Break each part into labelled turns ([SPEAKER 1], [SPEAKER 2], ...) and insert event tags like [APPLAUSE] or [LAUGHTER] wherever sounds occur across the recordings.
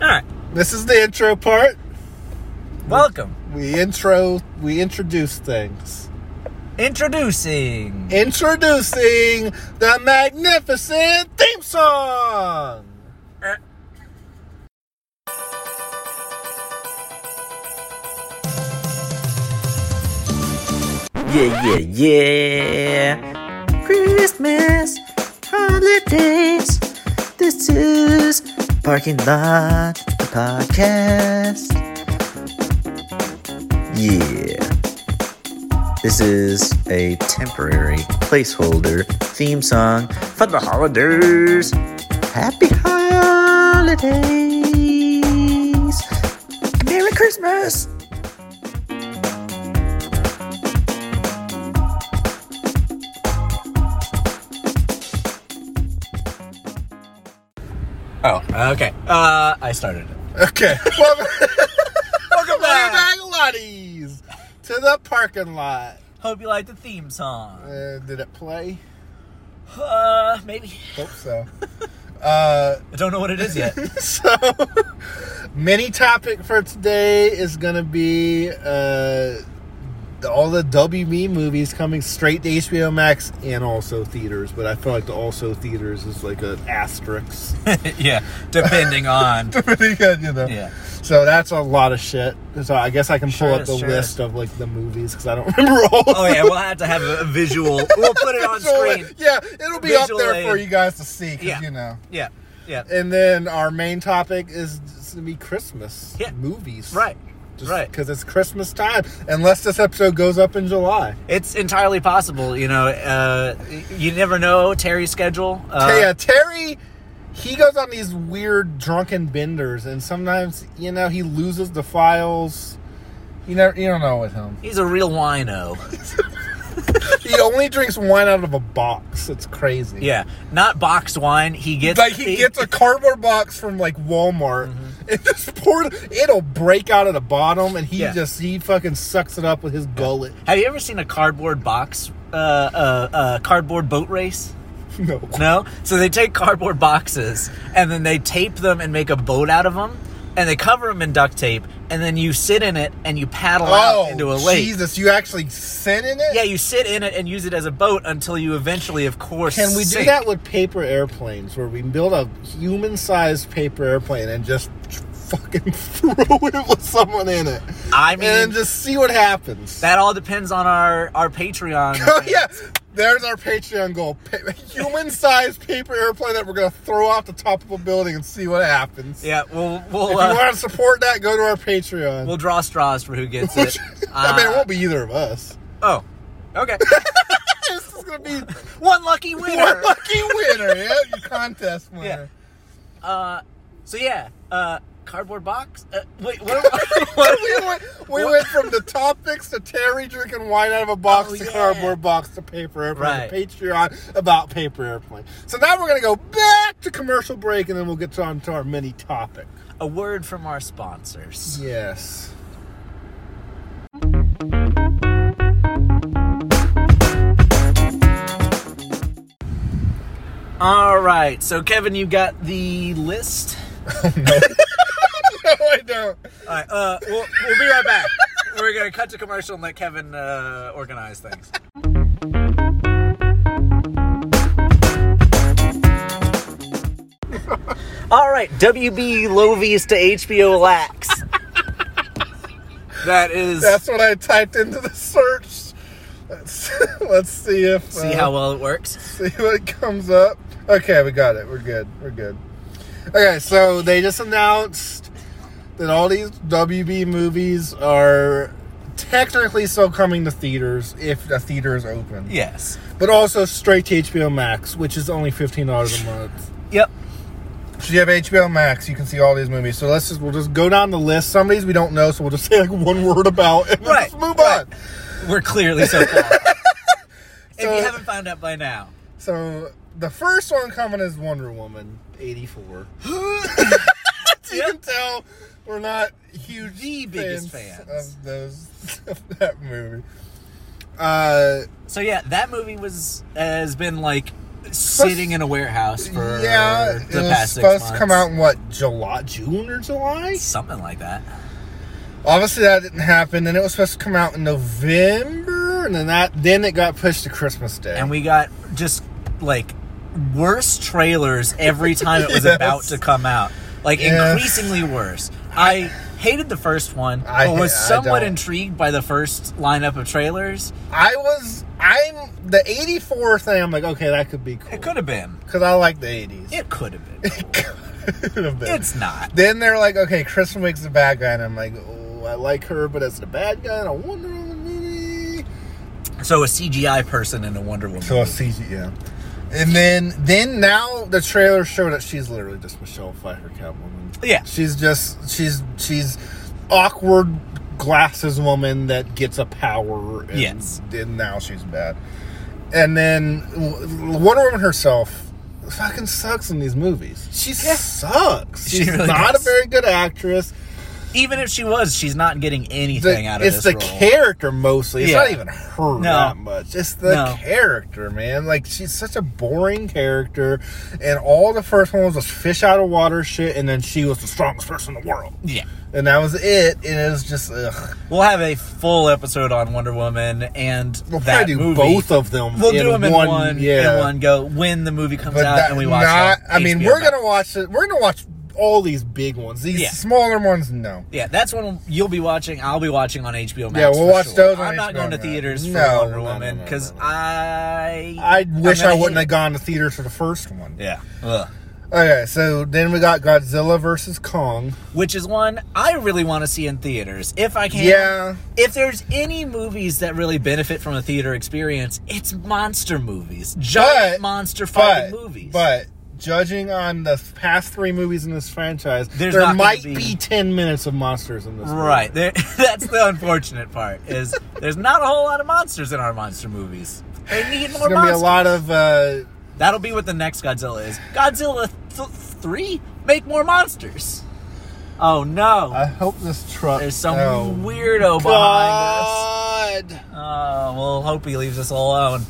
[SPEAKER 1] All right.
[SPEAKER 2] This is the intro part.
[SPEAKER 1] Welcome.
[SPEAKER 2] We intro, we introduce things.
[SPEAKER 1] Introducing.
[SPEAKER 2] Introducing the magnificent theme song.
[SPEAKER 1] Yeah, yeah, yeah. Christmas holidays. This is Parking Lot the Podcast. Yeah. This is a temporary placeholder theme song for the holidays. Happy holidays. Merry Christmas. Oh, okay. Uh, I started it. [LAUGHS]
[SPEAKER 2] Okay. Welcome, [LAUGHS] welcome
[SPEAKER 1] back.
[SPEAKER 2] back, Lotties, to the parking lot.
[SPEAKER 1] Hope you like the theme song.
[SPEAKER 2] Uh, did it play?
[SPEAKER 1] Uh, maybe.
[SPEAKER 2] Hope
[SPEAKER 1] [LAUGHS]
[SPEAKER 2] so. Uh,
[SPEAKER 1] I don't know what it is yet.
[SPEAKER 2] [LAUGHS] so mini topic for today is gonna be uh, all the WB movies coming straight to HBO Max and also theaters. But I feel like the also theaters is like an asterisk.
[SPEAKER 1] [LAUGHS] yeah, depending
[SPEAKER 2] [LAUGHS]
[SPEAKER 1] on.
[SPEAKER 2] Pretty good, you know.
[SPEAKER 1] Yeah.
[SPEAKER 2] So that's a lot of shit. So I guess I can
[SPEAKER 1] Sure
[SPEAKER 2] pull up
[SPEAKER 1] is,
[SPEAKER 2] the
[SPEAKER 1] sure
[SPEAKER 2] list
[SPEAKER 1] is.
[SPEAKER 2] of like the movies because I don't [LAUGHS] remember all.
[SPEAKER 1] Oh yeah, we'll have to have a visual. We'll put it on
[SPEAKER 2] So,
[SPEAKER 1] screen.
[SPEAKER 2] Yeah, it'll be up
[SPEAKER 1] Visual
[SPEAKER 2] there
[SPEAKER 1] aid.
[SPEAKER 2] for you guys to see. 'cause,
[SPEAKER 1] Yeah.
[SPEAKER 2] you know.
[SPEAKER 1] Yeah, yeah.
[SPEAKER 2] And then our main topic is just gonna be Christmas
[SPEAKER 1] Yeah.
[SPEAKER 2] movies,
[SPEAKER 1] Right,
[SPEAKER 2] Just
[SPEAKER 1] right.
[SPEAKER 2] Because it's Christmas time, unless this episode goes up in July.
[SPEAKER 1] It's entirely possible. You know, uh, you never know Terry's schedule. Uh,
[SPEAKER 2] Hey, uh, Terry, he goes on these weird drunken benders, and sometimes you know he loses the files. You never, you don't know with him.
[SPEAKER 1] He's a real wino.
[SPEAKER 2] he only drinks wine out of a box. It's crazy.
[SPEAKER 1] Yeah, not boxed wine. He gets
[SPEAKER 2] Like he gets a cardboard box from like Walmart
[SPEAKER 1] Mm-hmm.
[SPEAKER 2] and [LAUGHS] just poured it'll break out of the bottom and he
[SPEAKER 1] Yeah.
[SPEAKER 2] just he fucking sucks it up with his gullet. [LAUGHS]
[SPEAKER 1] Have you ever seen a cardboard box, uh, uh, uh, cardboard boat race?
[SPEAKER 2] No.
[SPEAKER 1] No? So they take cardboard boxes and then they tape them and make a boat out of them and they cover them in duct tape and then you sit in it and you paddle out into a lake.
[SPEAKER 2] Oh, Jesus, you actually sit in it?
[SPEAKER 1] Yeah, you sit in it and use it as a boat until you eventually, of course,
[SPEAKER 2] Can we do
[SPEAKER 1] sink.
[SPEAKER 2] that with paper airplanes where we build a human sized paper airplane and just fucking [LAUGHS] throw it with someone in it?
[SPEAKER 1] I
[SPEAKER 2] and then
[SPEAKER 1] mean,
[SPEAKER 2] just see what happens.
[SPEAKER 1] that all depends on our, our [LAUGHS]
[SPEAKER 2] [LAUGHS]
[SPEAKER 1] Patreon.
[SPEAKER 2] oh, yeah. There's our Patreon goal. Pa- human sized paper airplane that we're going to throw off the top of a building and see what happens.
[SPEAKER 1] Yeah, we'll,
[SPEAKER 2] If
[SPEAKER 1] we'll,
[SPEAKER 2] you
[SPEAKER 1] uh,
[SPEAKER 2] want to support that, go to our Patreon.
[SPEAKER 1] we'll draw straws for who gets it.
[SPEAKER 2] [LAUGHS] I mean, it
[SPEAKER 1] Uh,
[SPEAKER 2] won't be either of us.
[SPEAKER 1] Oh, okay.
[SPEAKER 2] [LAUGHS] This is [LAUGHS] going to be
[SPEAKER 1] One lucky winner.
[SPEAKER 2] one lucky winner, yeah? Your contest winner.
[SPEAKER 1] Yeah. Uh, so yeah, uh, cardboard box. Uh, wait, what? [LAUGHS] what
[SPEAKER 2] we went, we went from the topics to Terry drinking wine out of a box
[SPEAKER 1] Oh,
[SPEAKER 2] to
[SPEAKER 1] yeah.
[SPEAKER 2] cardboard box to paper airplane
[SPEAKER 1] Right.
[SPEAKER 2] to Patreon about paper airplane. So now we're gonna go back to commercial break and then we'll get on to our mini topic.
[SPEAKER 1] [LAUGHS] a word from our sponsors.
[SPEAKER 2] Yes.
[SPEAKER 1] All right, so Kevin, you got the list.
[SPEAKER 2] [LAUGHS] No, I don't.
[SPEAKER 1] All right, uh, we'll, we'll be right back. We're gonna cut to commercial and let Kevin uh, organize things. All right, WB Lovies to HBO Lax. that is.
[SPEAKER 2] That's what I typed into the search. Let's, [LAUGHS] let's see if
[SPEAKER 1] see
[SPEAKER 2] uh,
[SPEAKER 1] how well it works.
[SPEAKER 2] see what comes up. Okay, we got it. We're good. We're good. Okay, so they just announced that all these WB movies are technically still coming to theaters if the theater is open,
[SPEAKER 1] Yes.
[SPEAKER 2] but also straight to HBO Max, which is only fifteen dollars a month.
[SPEAKER 1] Yep.
[SPEAKER 2] So you have HBO Max, you can see all these movies. So let's just we'll just go down the list. Some of these we don't know, so we'll just say like one word about [LAUGHS] and then
[SPEAKER 1] Right,
[SPEAKER 2] just move
[SPEAKER 1] right.
[SPEAKER 2] on.
[SPEAKER 1] We're clearly so
[SPEAKER 2] [LAUGHS]
[SPEAKER 1] far. if
[SPEAKER 2] So-
[SPEAKER 1] you haven't found out by now.
[SPEAKER 2] So the first one coming is Wonder Woman eighty [LAUGHS]
[SPEAKER 1] [GASPS]
[SPEAKER 2] four. you
[SPEAKER 1] Yep.
[SPEAKER 2] can tell we're not huge
[SPEAKER 1] The
[SPEAKER 2] fans,
[SPEAKER 1] biggest fans.
[SPEAKER 2] of those [LAUGHS] of that movie. Uh,
[SPEAKER 1] So yeah, that movie was has been like sitting in a warehouse for
[SPEAKER 2] yeah, it
[SPEAKER 1] the
[SPEAKER 2] was
[SPEAKER 1] past six
[SPEAKER 2] supposed
[SPEAKER 1] months.
[SPEAKER 2] to come out in what July, June or July.
[SPEAKER 1] something like that.
[SPEAKER 2] Obviously, that didn't happen. Then it was supposed to come out in November, and then that then it got pushed to Christmas Day.
[SPEAKER 1] And we got just like worse trailers
[SPEAKER 2] [LAUGHS]
[SPEAKER 1] every time it was
[SPEAKER 2] Yes.
[SPEAKER 1] about to come out. Like
[SPEAKER 2] Yeah.
[SPEAKER 1] increasingly worse. I hated the first one,
[SPEAKER 2] I
[SPEAKER 1] but was
[SPEAKER 2] ha- I
[SPEAKER 1] somewhat
[SPEAKER 2] don't.
[SPEAKER 1] intrigued by the first lineup of trailers.
[SPEAKER 2] I was I'm the '84 thing. I'm like, okay, that could be cool
[SPEAKER 1] It could have been.
[SPEAKER 2] because I like the [LAUGHS] '80s.
[SPEAKER 1] It could have been.
[SPEAKER 2] Could have been.
[SPEAKER 1] It's not.
[SPEAKER 2] Then they're like, okay, Kristen Wiig's the bad guy, and I'm like, oh, I like her, but as the bad guy, and a Wonder Woman movie.
[SPEAKER 1] So a CGI person in a Wonder Woman.
[SPEAKER 2] So a CG, yeah. And then, then now the trailer showed that she's literally just Michelle Pfeiffer Catwoman.
[SPEAKER 1] Yeah.
[SPEAKER 2] She's just she's she's awkward glasses woman that gets a power. And
[SPEAKER 1] Yes.
[SPEAKER 2] Then now she's bad. And then w- Wonder Woman herself fucking sucks in these movies. She sucks.
[SPEAKER 1] She
[SPEAKER 2] She's
[SPEAKER 1] really
[SPEAKER 2] not
[SPEAKER 1] does.
[SPEAKER 2] a very good actress.
[SPEAKER 1] Even if she was, she's not getting
[SPEAKER 2] The-
[SPEAKER 1] anything out of
[SPEAKER 2] it's
[SPEAKER 1] this
[SPEAKER 2] the
[SPEAKER 1] role.
[SPEAKER 2] character mostly. It's
[SPEAKER 1] Yeah.
[SPEAKER 2] not even her
[SPEAKER 1] No.
[SPEAKER 2] that much. It's the
[SPEAKER 1] No.
[SPEAKER 2] character, man. Like she's such a boring character, and all the first one was this fish out of water shit, and then she was the strongest person in the world,
[SPEAKER 1] yeah.
[SPEAKER 2] and that was it. And it was just ugh.
[SPEAKER 1] We'll have a full episode on Wonder Woman and
[SPEAKER 2] We'll
[SPEAKER 1] that
[SPEAKER 2] probably do
[SPEAKER 1] movie.
[SPEAKER 2] both of them.
[SPEAKER 1] We'll
[SPEAKER 2] in
[SPEAKER 1] do them in
[SPEAKER 2] one,
[SPEAKER 1] one,
[SPEAKER 2] yeah.
[SPEAKER 1] in one go when the movie comes
[SPEAKER 2] But
[SPEAKER 1] out
[SPEAKER 2] that-
[SPEAKER 1] and we watch.
[SPEAKER 2] not-
[SPEAKER 1] it on
[SPEAKER 2] I mean,
[SPEAKER 1] HBO
[SPEAKER 2] we're
[SPEAKER 1] Max.
[SPEAKER 2] gonna watch it. We're gonna watch all these big ones. These
[SPEAKER 1] Yeah.
[SPEAKER 2] smaller ones, no.
[SPEAKER 1] Yeah, that's when you'll be watching. I'll be watching on HBO Max.
[SPEAKER 2] Yeah, we'll
[SPEAKER 1] for
[SPEAKER 2] watch
[SPEAKER 1] sure.
[SPEAKER 2] those on
[SPEAKER 1] I'm not
[SPEAKER 2] HBO
[SPEAKER 1] going to
[SPEAKER 2] Max.
[SPEAKER 1] theaters for
[SPEAKER 2] No,
[SPEAKER 1] Wonder
[SPEAKER 2] no, no,
[SPEAKER 1] Woman
[SPEAKER 2] no, no,
[SPEAKER 1] because
[SPEAKER 2] no.
[SPEAKER 1] I
[SPEAKER 2] I wish
[SPEAKER 1] I'm
[SPEAKER 2] I
[SPEAKER 1] gonna
[SPEAKER 2] wouldn't
[SPEAKER 1] hate-
[SPEAKER 2] have gone to theaters for the first one.
[SPEAKER 1] Yeah. Ugh.
[SPEAKER 2] Okay, so then we got Godzilla versus Kong.
[SPEAKER 1] Which is one I really want to see in theaters if I can.
[SPEAKER 2] Yeah.
[SPEAKER 1] If there's any movies that really benefit from a theater experience, it's monster movies, giant
[SPEAKER 2] But-
[SPEAKER 1] monster
[SPEAKER 2] but,
[SPEAKER 1] fighting movies.
[SPEAKER 2] But judging on the past three movies in this franchise,
[SPEAKER 1] There's
[SPEAKER 2] there
[SPEAKER 1] not gonna
[SPEAKER 2] might
[SPEAKER 1] be-
[SPEAKER 2] be. ten minutes of monsters in this.
[SPEAKER 1] Right. There, [LAUGHS] that's the unfortunate part is there's not a whole lot of monsters in our monster movies. They need
[SPEAKER 2] Movie. There's
[SPEAKER 1] more
[SPEAKER 2] gonna be
[SPEAKER 1] monsters.
[SPEAKER 2] a lot of. Uh,
[SPEAKER 1] That'll be what the next Godzilla is. Godzilla th- 3? Make more monsters. Oh no.
[SPEAKER 2] I hope this truck.
[SPEAKER 1] there's some
[SPEAKER 2] oh,
[SPEAKER 1] weirdo behind us.
[SPEAKER 2] God.
[SPEAKER 1] Oh, well, hope he leaves us alone.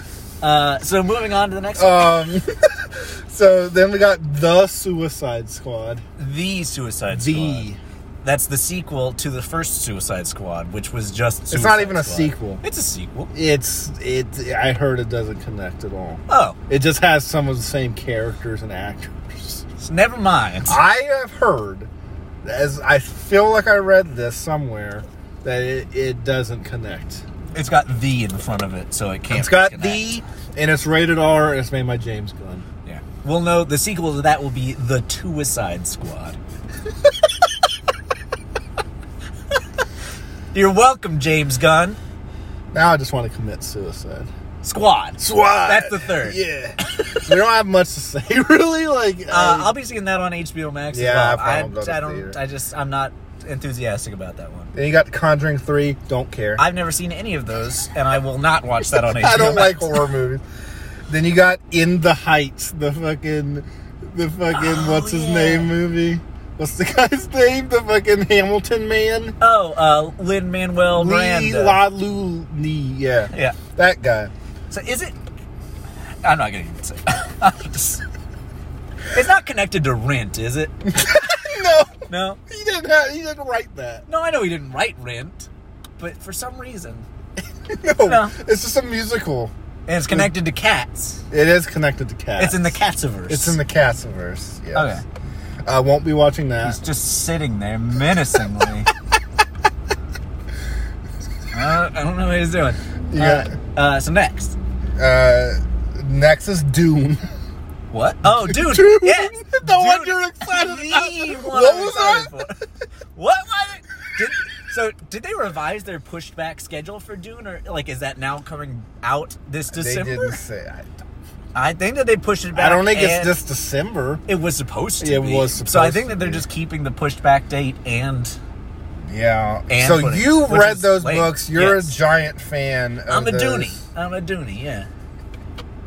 [SPEAKER 1] Uh, so moving on to the next one.
[SPEAKER 2] Um. [LAUGHS] so then we got the Suicide Squad.
[SPEAKER 1] The Suicide Squad.
[SPEAKER 2] The.
[SPEAKER 1] That's the sequel to the first Suicide Squad, which was just Suicide
[SPEAKER 2] It's not even a
[SPEAKER 1] Squad.
[SPEAKER 2] sequel.
[SPEAKER 1] It's a sequel.
[SPEAKER 2] It's it. I heard it doesn't connect at all.
[SPEAKER 1] Oh,
[SPEAKER 2] It just has some of the same characters and actors.
[SPEAKER 1] so never mind.
[SPEAKER 2] I have heard, as I feel like I read this somewhere, that it, it doesn't connect.
[SPEAKER 1] It's got the in front of it, so it can't.
[SPEAKER 2] It's got
[SPEAKER 1] connect.
[SPEAKER 2] the, and it's rated R, and it's made by James Gunn.
[SPEAKER 1] Yeah. Well, no, the sequel to that will be The
[SPEAKER 2] [LAUGHS]
[SPEAKER 1] Suicide Squad. You're welcome, James Gunn.
[SPEAKER 2] Now I just want to commit suicide.
[SPEAKER 1] Squad.
[SPEAKER 2] Squad.
[SPEAKER 1] That's the third.
[SPEAKER 2] Yeah. [LAUGHS] we don't have much to say, [LAUGHS] really. Like, um,
[SPEAKER 1] Uh,
[SPEAKER 2] I-
[SPEAKER 1] I'll be seeing that on HBO Max.
[SPEAKER 2] Yeah,
[SPEAKER 1] as well.
[SPEAKER 2] I probably won't go to
[SPEAKER 1] I don't.
[SPEAKER 2] theater.
[SPEAKER 1] I just. I'm not enthusiastic about that one.
[SPEAKER 2] then you got The Conjuring Three. Don't care.
[SPEAKER 1] I've never seen any of those, and I will not watch that on HBO.
[SPEAKER 2] [LAUGHS] I
[SPEAKER 1] [LAUGHS]
[SPEAKER 2] don't like
[SPEAKER 1] Max.
[SPEAKER 2] horror movies. Then you got In the Heights, the fucking, the fucking
[SPEAKER 1] Oh,
[SPEAKER 2] what's his
[SPEAKER 1] yeah.
[SPEAKER 2] name movie. What's the [LAUGHS] guy's name? The fucking Hamilton man.
[SPEAKER 1] Oh, uh, Lin Manuel
[SPEAKER 2] Lee
[SPEAKER 1] Miranda.
[SPEAKER 2] Laluni, yeah,
[SPEAKER 1] yeah.
[SPEAKER 2] that guy.
[SPEAKER 1] So is it? I'm not gonna even say. [LAUGHS] it's not connected to Rent, is it?
[SPEAKER 2] No,
[SPEAKER 1] No.
[SPEAKER 2] he didn't. Have, he didn't write that.
[SPEAKER 1] No, I know he didn't write Rent, but for some reason,
[SPEAKER 2] No,
[SPEAKER 1] No.
[SPEAKER 2] it's just a musical.
[SPEAKER 1] and it's connected to cats.
[SPEAKER 2] It is connected to cats.
[SPEAKER 1] It's in the Catsiverse.
[SPEAKER 2] It's in the Catsiverse.
[SPEAKER 1] Okay.
[SPEAKER 2] Yes. I won't be watching
[SPEAKER 1] He's
[SPEAKER 2] that.
[SPEAKER 1] just sitting
[SPEAKER 2] [LAUGHS]
[SPEAKER 1] there menacingly. Uh, I, don't, I don't know what he's doing.
[SPEAKER 2] Yeah.
[SPEAKER 1] Uh, uh, so next,
[SPEAKER 2] Uh, next is Dune.
[SPEAKER 1] what?
[SPEAKER 2] [LAUGHS]
[SPEAKER 1] Oh, dude.
[SPEAKER 2] Dune.
[SPEAKER 1] Yes.
[SPEAKER 2] The one you're excited
[SPEAKER 1] the
[SPEAKER 2] about.
[SPEAKER 1] one
[SPEAKER 2] What
[SPEAKER 1] I'm
[SPEAKER 2] was
[SPEAKER 1] excited
[SPEAKER 2] that?
[SPEAKER 1] for. What was it? Did, so did they revise their pushed back schedule for Dune, or like is that now coming out this December?
[SPEAKER 2] They didn't say. I,
[SPEAKER 1] I think that they pushed it
[SPEAKER 2] I
[SPEAKER 1] back.
[SPEAKER 2] don't think it's
[SPEAKER 1] and-
[SPEAKER 2] this December.
[SPEAKER 1] It was supposed to.
[SPEAKER 2] It
[SPEAKER 1] be.
[SPEAKER 2] was
[SPEAKER 1] So I
[SPEAKER 2] supposed
[SPEAKER 1] think
[SPEAKER 2] to
[SPEAKER 1] that they're
[SPEAKER 2] be.
[SPEAKER 1] just keeping the pushed back date and
[SPEAKER 2] Yeah.
[SPEAKER 1] And
[SPEAKER 2] so
[SPEAKER 1] footage,
[SPEAKER 2] you
[SPEAKER 1] which
[SPEAKER 2] read
[SPEAKER 1] is
[SPEAKER 2] those
[SPEAKER 1] late.
[SPEAKER 2] books. You're
[SPEAKER 1] Yes.
[SPEAKER 2] a giant fan. Of
[SPEAKER 1] I'm a
[SPEAKER 2] those.
[SPEAKER 1] Dooney. I'm a Dooney. Yeah.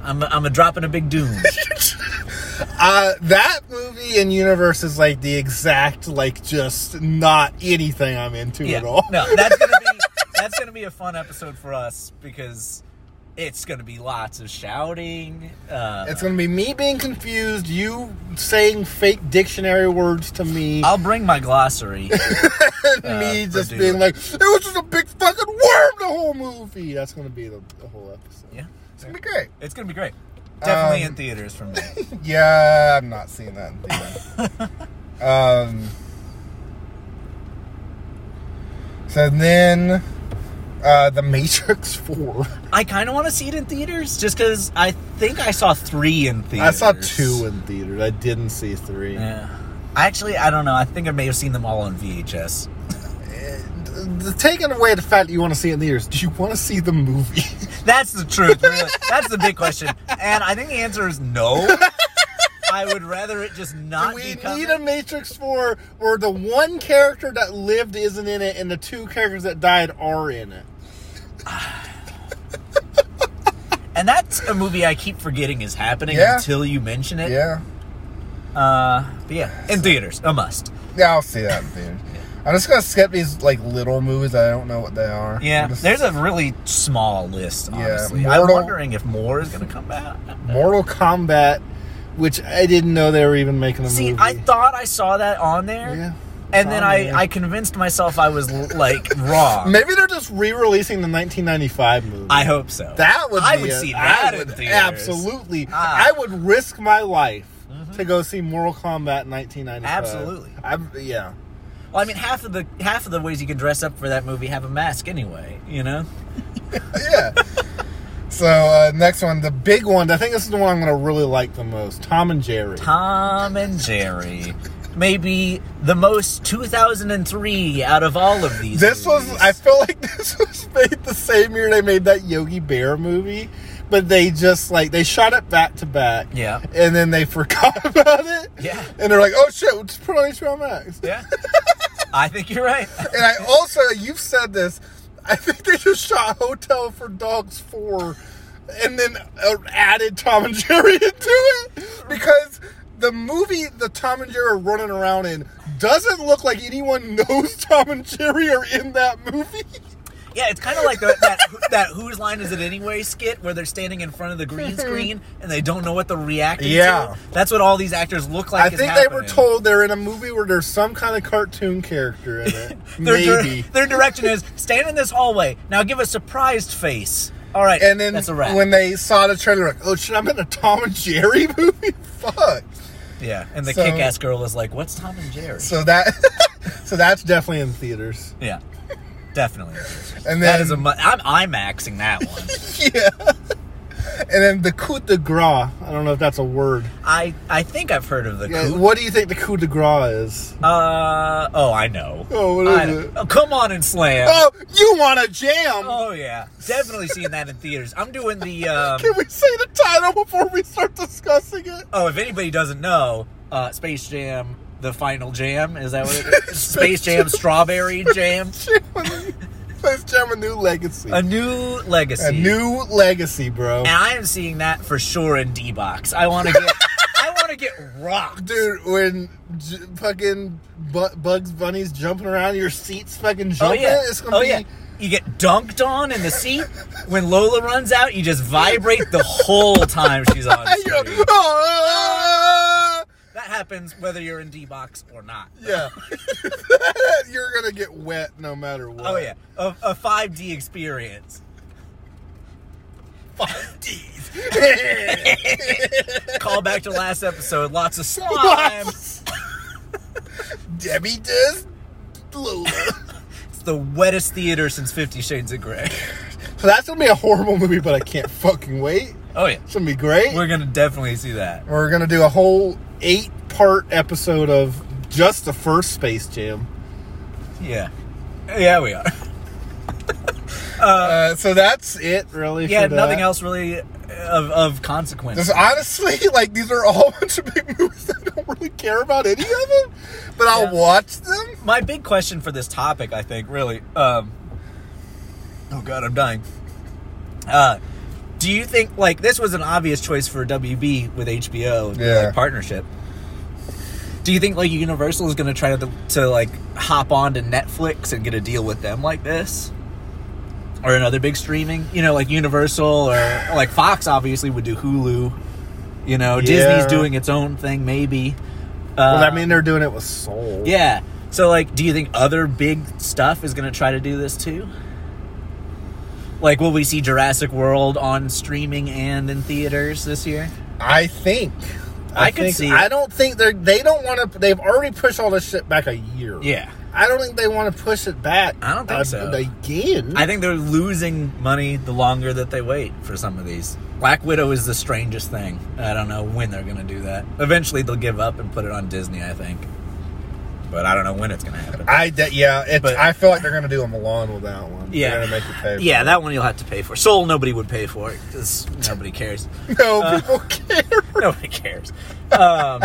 [SPEAKER 1] I'm a, I'm a dropping a big Doon.
[SPEAKER 2] [LAUGHS] Uh, that movie and universe is like the exact like just not anything I'm into
[SPEAKER 1] yeah.
[SPEAKER 2] at all.
[SPEAKER 1] No, that's gonna be that's gonna be a fun episode for us because It's going to be lots of shouting. Uh,
[SPEAKER 2] It's gonna be me being confused, you saying fake dictionary words to me,
[SPEAKER 1] I'll bring my glossary.
[SPEAKER 2] [LAUGHS] and
[SPEAKER 1] uh,
[SPEAKER 2] me just
[SPEAKER 1] Purdue.
[SPEAKER 2] being like, "It was just a big fucking worm the whole movie." That's gonna be the, the whole episode.
[SPEAKER 1] yeah,
[SPEAKER 2] It's gonna be great.
[SPEAKER 1] it's going to be great. Definitely
[SPEAKER 2] Um,
[SPEAKER 1] in theaters for me.
[SPEAKER 2] Yeah, I'm not seeing that. In theater.
[SPEAKER 1] [LAUGHS]
[SPEAKER 2] um. So then, uh, the Matrix Four.
[SPEAKER 1] I kind of want to see it in theaters just because I think I saw three in
[SPEAKER 2] I
[SPEAKER 1] theaters.
[SPEAKER 2] saw two in theaters. I didn't see three.
[SPEAKER 1] Yeah. Actually, I don't know. I think I may have seen them all on VHS.
[SPEAKER 2] The- Taking away the fact that you want to see it in theaters, do you want to see the movie? [LAUGHS]
[SPEAKER 1] That's the truth. Really. That's the big question. And I think the answer
[SPEAKER 2] [LAUGHS]
[SPEAKER 1] is no. I would rather it just not
[SPEAKER 2] Do
[SPEAKER 1] be
[SPEAKER 2] we
[SPEAKER 1] coming.
[SPEAKER 2] need a Matrix 4 where the one character that lived isn't in it and the two characters that died are in it.
[SPEAKER 1] and that's a movie I keep forgetting is happening
[SPEAKER 2] Yeah.
[SPEAKER 1] until you mention it.
[SPEAKER 3] Yeah.
[SPEAKER 1] Uh, but yeah, in theaters, a must.
[SPEAKER 3] Yeah, I'll see that in theaters. I'm just gonna skip these like little movies. I don't know what they are.
[SPEAKER 1] Yeah,
[SPEAKER 3] I'm just-
[SPEAKER 1] there's a really small list. Honestly, I'm
[SPEAKER 3] Mortal-
[SPEAKER 1] wondering if more is going to come out.
[SPEAKER 2] Mortal Kombat, which I didn't know they were even making a
[SPEAKER 1] See,
[SPEAKER 2] movie.
[SPEAKER 1] I thought I saw that on there,
[SPEAKER 2] Yeah.
[SPEAKER 1] and then
[SPEAKER 2] on
[SPEAKER 1] I,
[SPEAKER 2] there.
[SPEAKER 1] I convinced myself I was like
[SPEAKER 2] [LAUGHS]
[SPEAKER 1] wrong.
[SPEAKER 2] Maybe they're just re-releasing the 1995 movie.
[SPEAKER 1] I hope so.
[SPEAKER 2] that would
[SPEAKER 1] I
[SPEAKER 2] be
[SPEAKER 1] would
[SPEAKER 2] a-
[SPEAKER 1] see
[SPEAKER 2] I
[SPEAKER 1] that
[SPEAKER 2] would
[SPEAKER 1] in theaters.
[SPEAKER 2] Absolutely.
[SPEAKER 1] Ah. Mm-hmm.
[SPEAKER 2] I would risk my life to go see Mortal Kombat 1995.
[SPEAKER 1] Absolutely.
[SPEAKER 2] I'm, yeah.
[SPEAKER 1] Well, I mean, half of the half of the ways you can dress up for that movie have a mask anyway. You know,
[SPEAKER 3] yeah. so uh, next one, the big
[SPEAKER 2] Big one. I think this is the one I'm going to really like the most. Tom and Jerry.
[SPEAKER 1] Tom and Jerry, maybe the most 2003 out of all of these.
[SPEAKER 2] This was,
[SPEAKER 1] movies.
[SPEAKER 2] I feel like [LAUGHS] this was made the same year they made that Yogi Bear movie, but they just like, they shot it back to back.
[SPEAKER 1] Yeah.
[SPEAKER 2] And then they [LAUGHS] forgot about it.
[SPEAKER 1] Yeah.
[SPEAKER 2] And they're like, oh shit, let's put it on HBO Max.
[SPEAKER 1] yeah. I think you're right.
[SPEAKER 2] And I also, you've said this, I think they just shot Hotel for Dogs 4 and then uh, added Tom and Jerry [LAUGHS] into it because the movie the Tom and Jerry are running around in doesn't look like anyone knows [LAUGHS] Tom and Jerry are in that movie.
[SPEAKER 1] Yeah, it's kind of like the, that that whose line is it anyway skit where they're standing in front of the green screen and they don't know what they're reacting
[SPEAKER 2] Yeah.
[SPEAKER 1] to. That's what all these actors look like.
[SPEAKER 2] I
[SPEAKER 1] is
[SPEAKER 2] think they were
[SPEAKER 1] happening.
[SPEAKER 2] told they're in a movie where there's some kind of cartoon character in
[SPEAKER 1] [LAUGHS]
[SPEAKER 2] it.
[SPEAKER 1] Their, dir-
[SPEAKER 2] Maybe.
[SPEAKER 1] their direction is stand in this hallway now. Give a surprised face. All right,
[SPEAKER 2] And then
[SPEAKER 1] that's a wrap.
[SPEAKER 2] when they saw the trailer, like, oh shit, I'm in a Tom and Jerry [LAUGHS] movie? Fuck.
[SPEAKER 1] yeah, and the
[SPEAKER 2] so-
[SPEAKER 1] kick-ass girl is like, "What's Tom and Jerry?"
[SPEAKER 2] So that [LAUGHS] so that's definitely in theaters.
[SPEAKER 1] yeah,
[SPEAKER 2] [LAUGHS]
[SPEAKER 1] definitely.
[SPEAKER 2] And then
[SPEAKER 1] That is a. Mu- I'm IMAXing that
[SPEAKER 2] [LAUGHS]
[SPEAKER 1] one.
[SPEAKER 2] and then the coup de grace. I don't know if that's a word.
[SPEAKER 1] I I think I've heard of the.
[SPEAKER 2] Yeah,
[SPEAKER 1] coup.
[SPEAKER 2] What do you think the coup de grace is?
[SPEAKER 1] Uh oh, I know.
[SPEAKER 2] Oh, what is
[SPEAKER 1] I know.
[SPEAKER 2] it?
[SPEAKER 1] Oh, come on and slam.
[SPEAKER 2] Oh, you want a jam?
[SPEAKER 1] Oh yeah, definitely seeing that in theaters. I'm
[SPEAKER 2] [LAUGHS]
[SPEAKER 1] doing the. Um,
[SPEAKER 2] Can we say the title before we start discussing it? [LAUGHS]
[SPEAKER 1] oh, if anybody doesn't know, uh, Space Jam: The Final Jam is that what it
[SPEAKER 2] [LAUGHS]
[SPEAKER 1] is? Space Jam: Strawberry Jam,
[SPEAKER 2] Let's jam a new legacy.
[SPEAKER 1] a new legacy.
[SPEAKER 2] a new legacy, bro.
[SPEAKER 1] And I am seeing that for sure in D box. I want to get. I want
[SPEAKER 2] [LAUGHS]
[SPEAKER 1] to get rocked.
[SPEAKER 2] Dude, when j- fucking bu- Bugs Bunny's jumping around, your seat's fucking
[SPEAKER 1] Oh
[SPEAKER 2] jumping.
[SPEAKER 1] yeah.
[SPEAKER 2] It's gonna
[SPEAKER 1] Oh
[SPEAKER 2] be.
[SPEAKER 1] yeah. You get dunked on in the seat. When Lola runs out, you just vibrate the whole time
[SPEAKER 2] [LAUGHS]
[SPEAKER 1] she's on.
[SPEAKER 2] Hey, Oh, you're-
[SPEAKER 1] Screen.
[SPEAKER 2] Ah!
[SPEAKER 1] That happens whether you're in D box or not.
[SPEAKER 2] yeah. [LAUGHS] you're gonna get wet no matter what.
[SPEAKER 1] Oh yeah, a, a 5D experience. 5D. Call back to last episode. Lots of slime.
[SPEAKER 2] [LAUGHS] Debbie does Lola.
[SPEAKER 1] It's the wettest theater since Fifty Shades of Grey.
[SPEAKER 2] so [LAUGHS] that's gonna be a horrible movie, but I [LAUGHS] can't fucking wait.
[SPEAKER 1] Oh yeah,
[SPEAKER 2] It's gonna be great.
[SPEAKER 1] we're gonna definitely see that.
[SPEAKER 2] We're gonna do a whole eight part episode of just the first Space Jam.
[SPEAKER 1] Yeah, yeah, we are.
[SPEAKER 2] Uh, so that's it, really.
[SPEAKER 1] Yeah,
[SPEAKER 2] for that.
[SPEAKER 1] nothing else really of of consequence.
[SPEAKER 2] Just honestly, [LAUGHS] like these are all a bunch of big [LAUGHS] movies. I don't really care about any of them, but I'll
[SPEAKER 1] Yeah.
[SPEAKER 2] watch them.
[SPEAKER 1] My big question for this topic, I think, really. Um, oh God, I'm dying. Uh, do you think like this was an obvious choice for WB with HBO and
[SPEAKER 3] Yeah.
[SPEAKER 1] like, partnership? Do you think like Universal is going to try to to like hop on to Netflix and get a deal with them like this? or another big streaming. You know, like Universal or like Fox obviously would do Hulu. You know,
[SPEAKER 4] Yeah.
[SPEAKER 1] Disney's doing its own thing maybe. Uh,
[SPEAKER 4] well, I mean, they're doing it with Soul.
[SPEAKER 1] yeah. So like, do you think other big stuff is going to try to do this too? Like, will we see Jurassic World on streaming and in theaters this year?
[SPEAKER 4] I think.
[SPEAKER 1] I could
[SPEAKER 4] think-
[SPEAKER 1] see it.
[SPEAKER 4] I don't think they're. They don't want to. They've already pushed all this shit back a year.
[SPEAKER 1] Yeah.
[SPEAKER 4] I don't think they want to push it back.
[SPEAKER 1] I don't think
[SPEAKER 4] a-
[SPEAKER 1] so.
[SPEAKER 4] Again.
[SPEAKER 1] I think they're losing money the longer that they wait for some of these. Black Widow is the strangest thing. I don't know when they're going to do that. Eventually, they'll give up and put it on Disney, I think. But I don't know when it's going to happen.
[SPEAKER 2] I that yeah, it's,
[SPEAKER 1] But-
[SPEAKER 2] I feel like they're gonna do a Milan with that one.
[SPEAKER 1] Yeah.
[SPEAKER 2] they're gonna make you pay. for
[SPEAKER 1] yeah,
[SPEAKER 2] it.
[SPEAKER 1] that one you'll have to pay for. Soul, nobody would pay for it because nobody cares.
[SPEAKER 2] no
[SPEAKER 1] Uh,
[SPEAKER 2] people care.
[SPEAKER 1] [LAUGHS] nobody cares. Um,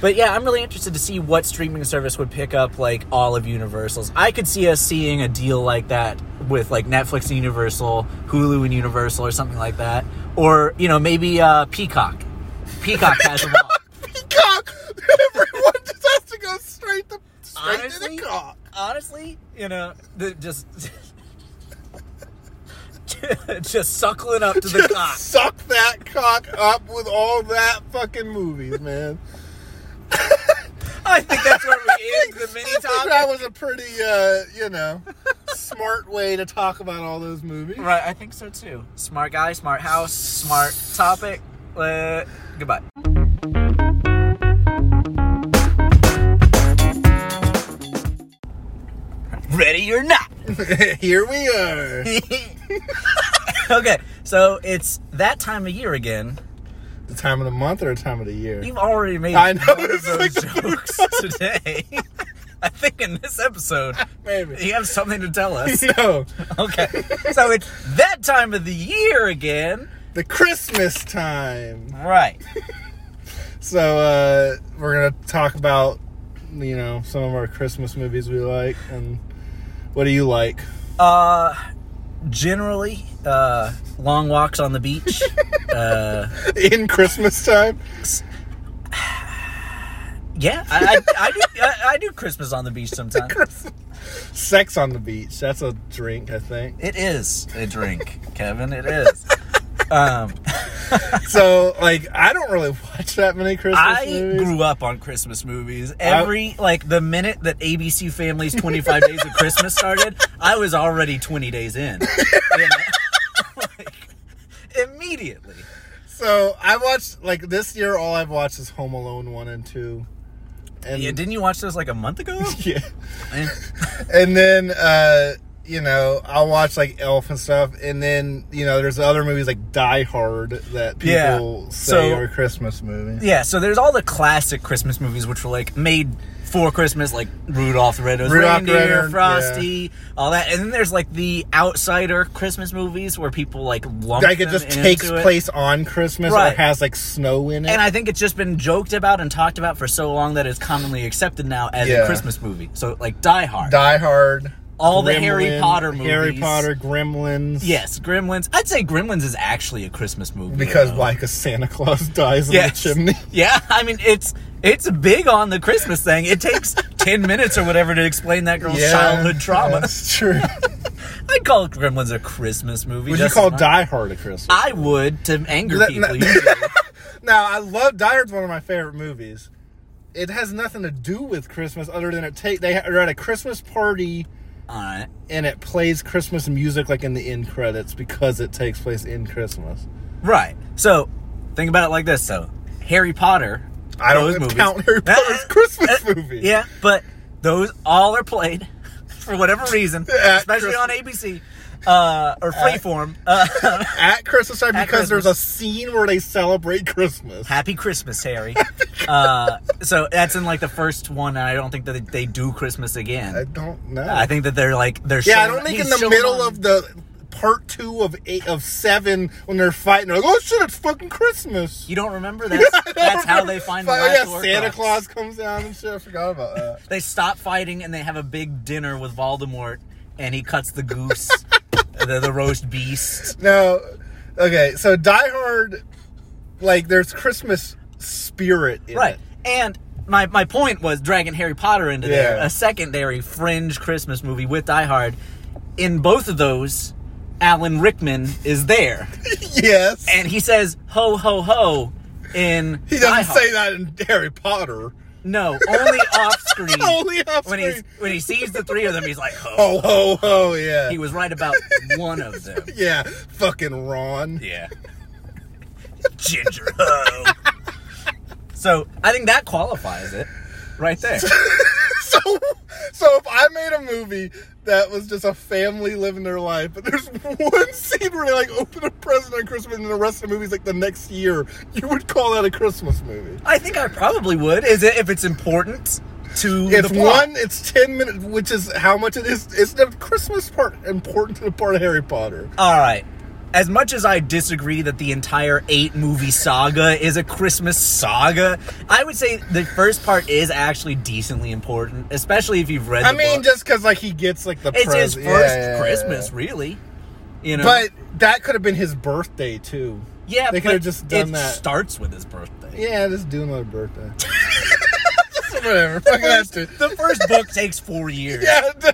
[SPEAKER 1] but yeah, I'm really interested to see what streaming service would pick up like all of Universal's. I could see us seeing a deal like that with like Netflix and Universal, Hulu and Universal, or something like that. Or you know maybe uh, Peacock. Peacock has them all.
[SPEAKER 2] Peacock. [LAUGHS] Everyone just has to go straight to straight
[SPEAKER 1] Honestly?
[SPEAKER 2] to the cock.
[SPEAKER 1] [LAUGHS] Honestly, you know, the, just [LAUGHS] just suckling up to the cock.
[SPEAKER 2] Suck that cock up with all that fucking movies, man.
[SPEAKER 1] I think that's where we end [LAUGHS] the mini
[SPEAKER 2] I think
[SPEAKER 1] topic.
[SPEAKER 2] that was a pretty, uh, you know, smart way to talk about all those movies.
[SPEAKER 1] Right, I think so too. Smart guy, smart house, smart topic. Uh, goodbye. Ready or not. [LAUGHS]
[SPEAKER 2] [LAUGHS] Here we are.
[SPEAKER 1] okay, so it's that time of year again.
[SPEAKER 2] The time of the month or the time of the year?
[SPEAKER 1] You've already made
[SPEAKER 2] I know,
[SPEAKER 1] one of
[SPEAKER 2] it's
[SPEAKER 1] those
[SPEAKER 2] like the
[SPEAKER 1] jokes today. [LAUGHS] I think in this episode,
[SPEAKER 2] [LAUGHS] Maybe.
[SPEAKER 1] [LAUGHS] you have something to tell us.
[SPEAKER 2] [LAUGHS] No,
[SPEAKER 1] Okay, so it's that time of the year again.
[SPEAKER 2] the Christmas time.
[SPEAKER 1] Right.
[SPEAKER 2] So uh, we're gonna talk about, you know, some of our Christmas movies we like, and what do you like? [LAUGHS]
[SPEAKER 1] Uh, generally, uh, long walks on the beach. uh,
[SPEAKER 2] In Christmas time,
[SPEAKER 1] yeah, I, I, I do. I, I do Christmas on the beach sometimes.
[SPEAKER 2] sex on the beach. That's a drink, I think.
[SPEAKER 1] It is a drink, Kevin. It is. Um,
[SPEAKER 2] So, like, I don't really [LAUGHS] watch that many Christmas
[SPEAKER 1] I
[SPEAKER 2] movies.
[SPEAKER 1] grew up on Christmas movies. Every like the minute that ABC Family's Twenty Five Days of Christmas started, I was already twenty days in. you know? [LAUGHS] like, immediately.
[SPEAKER 2] So I watched like this year. All I've watched is Home Alone one and two, and
[SPEAKER 1] Yeah, didn't you watch those like a month ago?
[SPEAKER 2] [LAUGHS] yeah.
[SPEAKER 1] Eh.
[SPEAKER 2] and then uh, you know I'll watch like Elf and stuff, and then you know there's other movies like Die Hard that
[SPEAKER 1] Yeah.
[SPEAKER 2] people say
[SPEAKER 1] So-
[SPEAKER 2] are Christmas movies.
[SPEAKER 1] Yeah, so there's all the classic Christmas movies which were like made for Christmas, like Rudolph the Red-Nosed
[SPEAKER 2] Rudolph the
[SPEAKER 1] Reindeer,
[SPEAKER 2] Red-Nosed,
[SPEAKER 1] Frosty, all that. And then there's like the outsider Christmas movies where people like lump
[SPEAKER 2] Like it
[SPEAKER 1] them
[SPEAKER 2] just
[SPEAKER 1] into
[SPEAKER 2] takes
[SPEAKER 1] it.
[SPEAKER 2] place on Christmas or
[SPEAKER 1] Right.
[SPEAKER 2] it has like snow in it.
[SPEAKER 1] And I think it's just been joked about and talked about for so long that it's commonly accepted now as a
[SPEAKER 2] Yeah.
[SPEAKER 1] Christmas movie. So like Die Hard,
[SPEAKER 2] Die Hard,
[SPEAKER 1] all the Harry
[SPEAKER 2] Gremlin,
[SPEAKER 1] Potter movies,
[SPEAKER 2] Harry Potter, Gremlins.
[SPEAKER 1] Yes, Gremlins. I'd say Gremlins is actually a Christmas movie
[SPEAKER 2] because
[SPEAKER 1] though.
[SPEAKER 2] why? Because Santa Claus [LAUGHS] dies in
[SPEAKER 1] Yes.
[SPEAKER 2] the chimney.
[SPEAKER 1] [LAUGHS] Yeah, I mean it's it's big on the Christmas thing.
[SPEAKER 2] [LAUGHS]
[SPEAKER 1] It takes ten minutes or whatever to explain that girl's childhood trauma.
[SPEAKER 2] That's
[SPEAKER 1] [LAUGHS]
[SPEAKER 2] true.
[SPEAKER 1] I'd call Gremlins a Christmas movie.
[SPEAKER 2] Would you
[SPEAKER 1] just
[SPEAKER 2] call
[SPEAKER 1] as much.
[SPEAKER 2] Die Hard a Christmas?
[SPEAKER 1] I would to anger
[SPEAKER 2] That-
[SPEAKER 1] people.
[SPEAKER 2] that- [LAUGHS]
[SPEAKER 1] usually.
[SPEAKER 2] Now, I love Die Hard's one of my favorite movies. It has nothing to do with Christmas other than it take they are at a Christmas party
[SPEAKER 1] All right.
[SPEAKER 2] and it plays Christmas music like in the end credits because it takes place in Christmas.
[SPEAKER 1] Right. So think about it like this though. Harry Potter.
[SPEAKER 2] I don't
[SPEAKER 1] those movies- Uh,
[SPEAKER 2] count Harry
[SPEAKER 1] [LAUGHS]
[SPEAKER 2] Potter's Christmas movie.
[SPEAKER 1] Yeah, but those all are played [LAUGHS] for whatever
[SPEAKER 2] [LAUGHS]
[SPEAKER 1] reason,
[SPEAKER 2] At
[SPEAKER 1] especially
[SPEAKER 2] Christmas.
[SPEAKER 1] on ABC uh, or Freeform. Uh,
[SPEAKER 2] At Christmas time
[SPEAKER 1] At
[SPEAKER 2] because there's a
[SPEAKER 1] Christmas.
[SPEAKER 2] scene where they celebrate Christmas.
[SPEAKER 1] Happy Christmas,
[SPEAKER 2] [LAUGHS]
[SPEAKER 1] Harry. uh, so that's in like the first one, and I don't think that they do Christmas again.
[SPEAKER 2] I don't know.
[SPEAKER 1] I think that they're like they're.
[SPEAKER 2] Uh, yeah, I
[SPEAKER 1] showing-
[SPEAKER 2] don't think
[SPEAKER 1] he's
[SPEAKER 2] in the
[SPEAKER 1] showing
[SPEAKER 2] middle
[SPEAKER 1] on-
[SPEAKER 2] of the part two of eight of seven when they're fighting they're like, Oh shit, it's fucking Christmas.
[SPEAKER 1] You don't remember
[SPEAKER 2] [LAUGHS]
[SPEAKER 1] that? That's how they find the
[SPEAKER 2] Oh,
[SPEAKER 1] last
[SPEAKER 2] yeah,
[SPEAKER 1] Horcrux.
[SPEAKER 2] Santa Claus comes down and shit. I forgot about that.
[SPEAKER 1] They stop fighting and they have a big dinner with Voldemort, and he cuts
[SPEAKER 2] [LAUGHS]
[SPEAKER 1] the goose, the, the roast beast.
[SPEAKER 2] Now, okay, so Die Hard, like, there's Christmas spirit in
[SPEAKER 1] Right,
[SPEAKER 2] it.
[SPEAKER 1] and. My, my point was dragging Harry Potter into there,
[SPEAKER 2] Yeah.
[SPEAKER 1] a secondary fringe Christmas movie with Die Hard. In both of those, Alan Rickman
[SPEAKER 2] [LAUGHS]
[SPEAKER 1] is there,
[SPEAKER 2] yes.
[SPEAKER 1] and he says "ho ho ho" in.
[SPEAKER 2] he doesn't
[SPEAKER 1] Die
[SPEAKER 2] say
[SPEAKER 1] Hard.
[SPEAKER 2] that in Harry Potter.
[SPEAKER 1] No, only off screen.
[SPEAKER 2] [LAUGHS] Only off
[SPEAKER 1] when he's
[SPEAKER 2] screen.
[SPEAKER 1] when he sees the three of them, he's like, "Ho!"
[SPEAKER 2] Oh, ho, ho, yeah.
[SPEAKER 1] He was right about one of them.
[SPEAKER 2] yeah, fucking Ron.
[SPEAKER 1] Yeah. Ginger ho. so I think that qualifies it, right there.
[SPEAKER 2] [LAUGHS] so so if I made a movie that was just a family living their life, but there's one [LAUGHS] scene where they like open a present on Christmas and the rest of the movie's like the next year, you would call that a Christmas movie.
[SPEAKER 1] I think I probably would. Is it if it's important to
[SPEAKER 2] If
[SPEAKER 1] the plot?
[SPEAKER 2] one, it's ten minutes, which is how much it is. Is the Christmas part important to the part of Harry Potter?
[SPEAKER 1] All right. As much as I disagree that the entire eight movie saga is a Christmas saga, I would say the first part is actually decently important, especially if you've read.
[SPEAKER 2] I
[SPEAKER 1] the
[SPEAKER 2] mean,
[SPEAKER 1] book.
[SPEAKER 2] just because like he gets like the
[SPEAKER 1] it's
[SPEAKER 2] pres-
[SPEAKER 1] his first
[SPEAKER 2] yeah, yeah, yeah,
[SPEAKER 1] Christmas,
[SPEAKER 2] yeah.
[SPEAKER 1] really. You know,
[SPEAKER 2] But that could have been his birthday too.
[SPEAKER 1] yeah,
[SPEAKER 2] they
[SPEAKER 1] but
[SPEAKER 2] could have just done
[SPEAKER 1] it
[SPEAKER 2] that.
[SPEAKER 1] Starts with his birthday.
[SPEAKER 2] yeah, just do another
[SPEAKER 1] [LAUGHS]
[SPEAKER 2] birthday. Just Whatever. Fuck that shit.
[SPEAKER 1] The first book takes four years.
[SPEAKER 2] Yeah.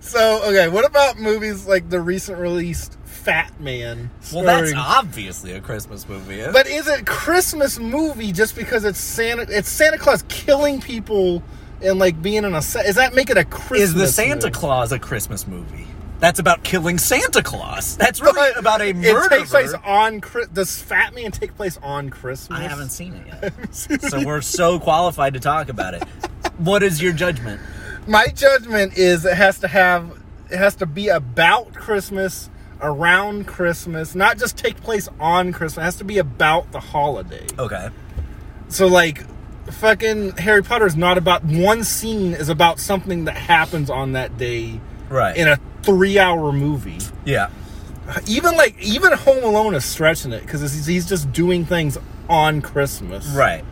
[SPEAKER 2] so okay, what about movies like the recent released Fat Man?
[SPEAKER 1] Well, that's
[SPEAKER 2] starring-
[SPEAKER 1] obviously a Christmas movie.
[SPEAKER 2] But is it Christmas movie just because it's Santa? It's Santa Claus killing people and like being in a. se- Is that make it a Christmas?
[SPEAKER 1] is the Santa
[SPEAKER 2] movie?
[SPEAKER 1] Claus a Christmas movie? That's about killing Santa Claus. That's really
[SPEAKER 2] But
[SPEAKER 1] about a
[SPEAKER 2] It
[SPEAKER 1] murder.
[SPEAKER 2] takes place on. Chri- Does Fat Man take place on Christmas?
[SPEAKER 1] I haven't seen it
[SPEAKER 2] [LAUGHS]
[SPEAKER 1] yet. so we're so qualified to talk about it. What is your judgment?
[SPEAKER 2] My judgment is it has to have. It has to be about Christmas, around Christmas, not just take place on Christmas. It has to be about the holiday.
[SPEAKER 1] Okay.
[SPEAKER 2] So like fucking Harry Potter is not about one scene is about something that happens on that day
[SPEAKER 1] Right.
[SPEAKER 2] in a 3-hour movie.
[SPEAKER 1] yeah.
[SPEAKER 2] Even like even Home Alone is stretching it cuz he's just doing things on Christmas.
[SPEAKER 1] Right.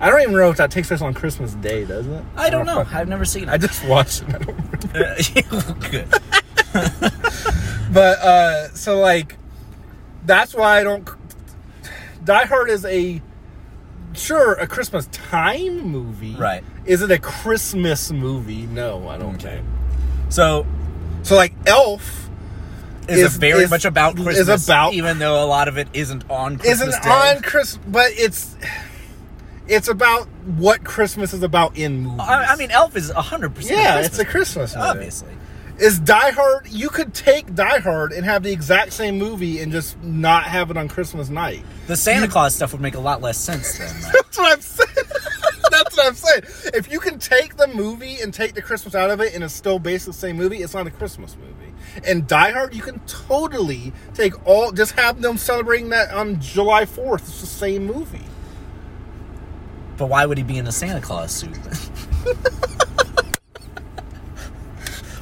[SPEAKER 2] I don't even know if that takes place on Christmas day, does it?
[SPEAKER 1] I don't know.
[SPEAKER 2] fucking-
[SPEAKER 1] I've never
[SPEAKER 2] [LAUGHS]
[SPEAKER 1] seen
[SPEAKER 2] I
[SPEAKER 1] it.
[SPEAKER 2] just watched it. I don't
[SPEAKER 1] [LAUGHS] Good.
[SPEAKER 2] But uh so like that's why I don't Die Hard is a sure a Christmas time movie.
[SPEAKER 1] Right.
[SPEAKER 2] Is it a Christmas movie? No, I don't.
[SPEAKER 1] Okay. So
[SPEAKER 2] think. So like Elf
[SPEAKER 1] is,
[SPEAKER 2] Is-
[SPEAKER 1] it very
[SPEAKER 2] is-
[SPEAKER 1] much about
[SPEAKER 2] is
[SPEAKER 1] Christmas.
[SPEAKER 2] about-
[SPEAKER 1] even though a lot of it isn't on Christmas.
[SPEAKER 2] isn't
[SPEAKER 1] Day.
[SPEAKER 2] on Christmas, but it's it's about what Christmas is about in movies.
[SPEAKER 1] I, I mean, Elf is hundred percent.
[SPEAKER 2] yeah, it's a Christmas movie.
[SPEAKER 1] Obviously.
[SPEAKER 2] Is Die Hard? You could take Die Hard and have the exact same movie and just not have it on Christmas night.
[SPEAKER 1] The Santa Claus stuff would make a lot less sense then. though.
[SPEAKER 2] [LAUGHS] That's what I'm saying. That's what I'm saying. If you can take the movie and take the Christmas out of it and it's still based on the same movie, it's not a Christmas movie. And Die Hard, you can totally take all, just have them celebrating that on July 4th. It's the same movie. [LAUGHS]
[SPEAKER 1] But why would he be in a Santa Claus suit?
[SPEAKER 2] [LAUGHS]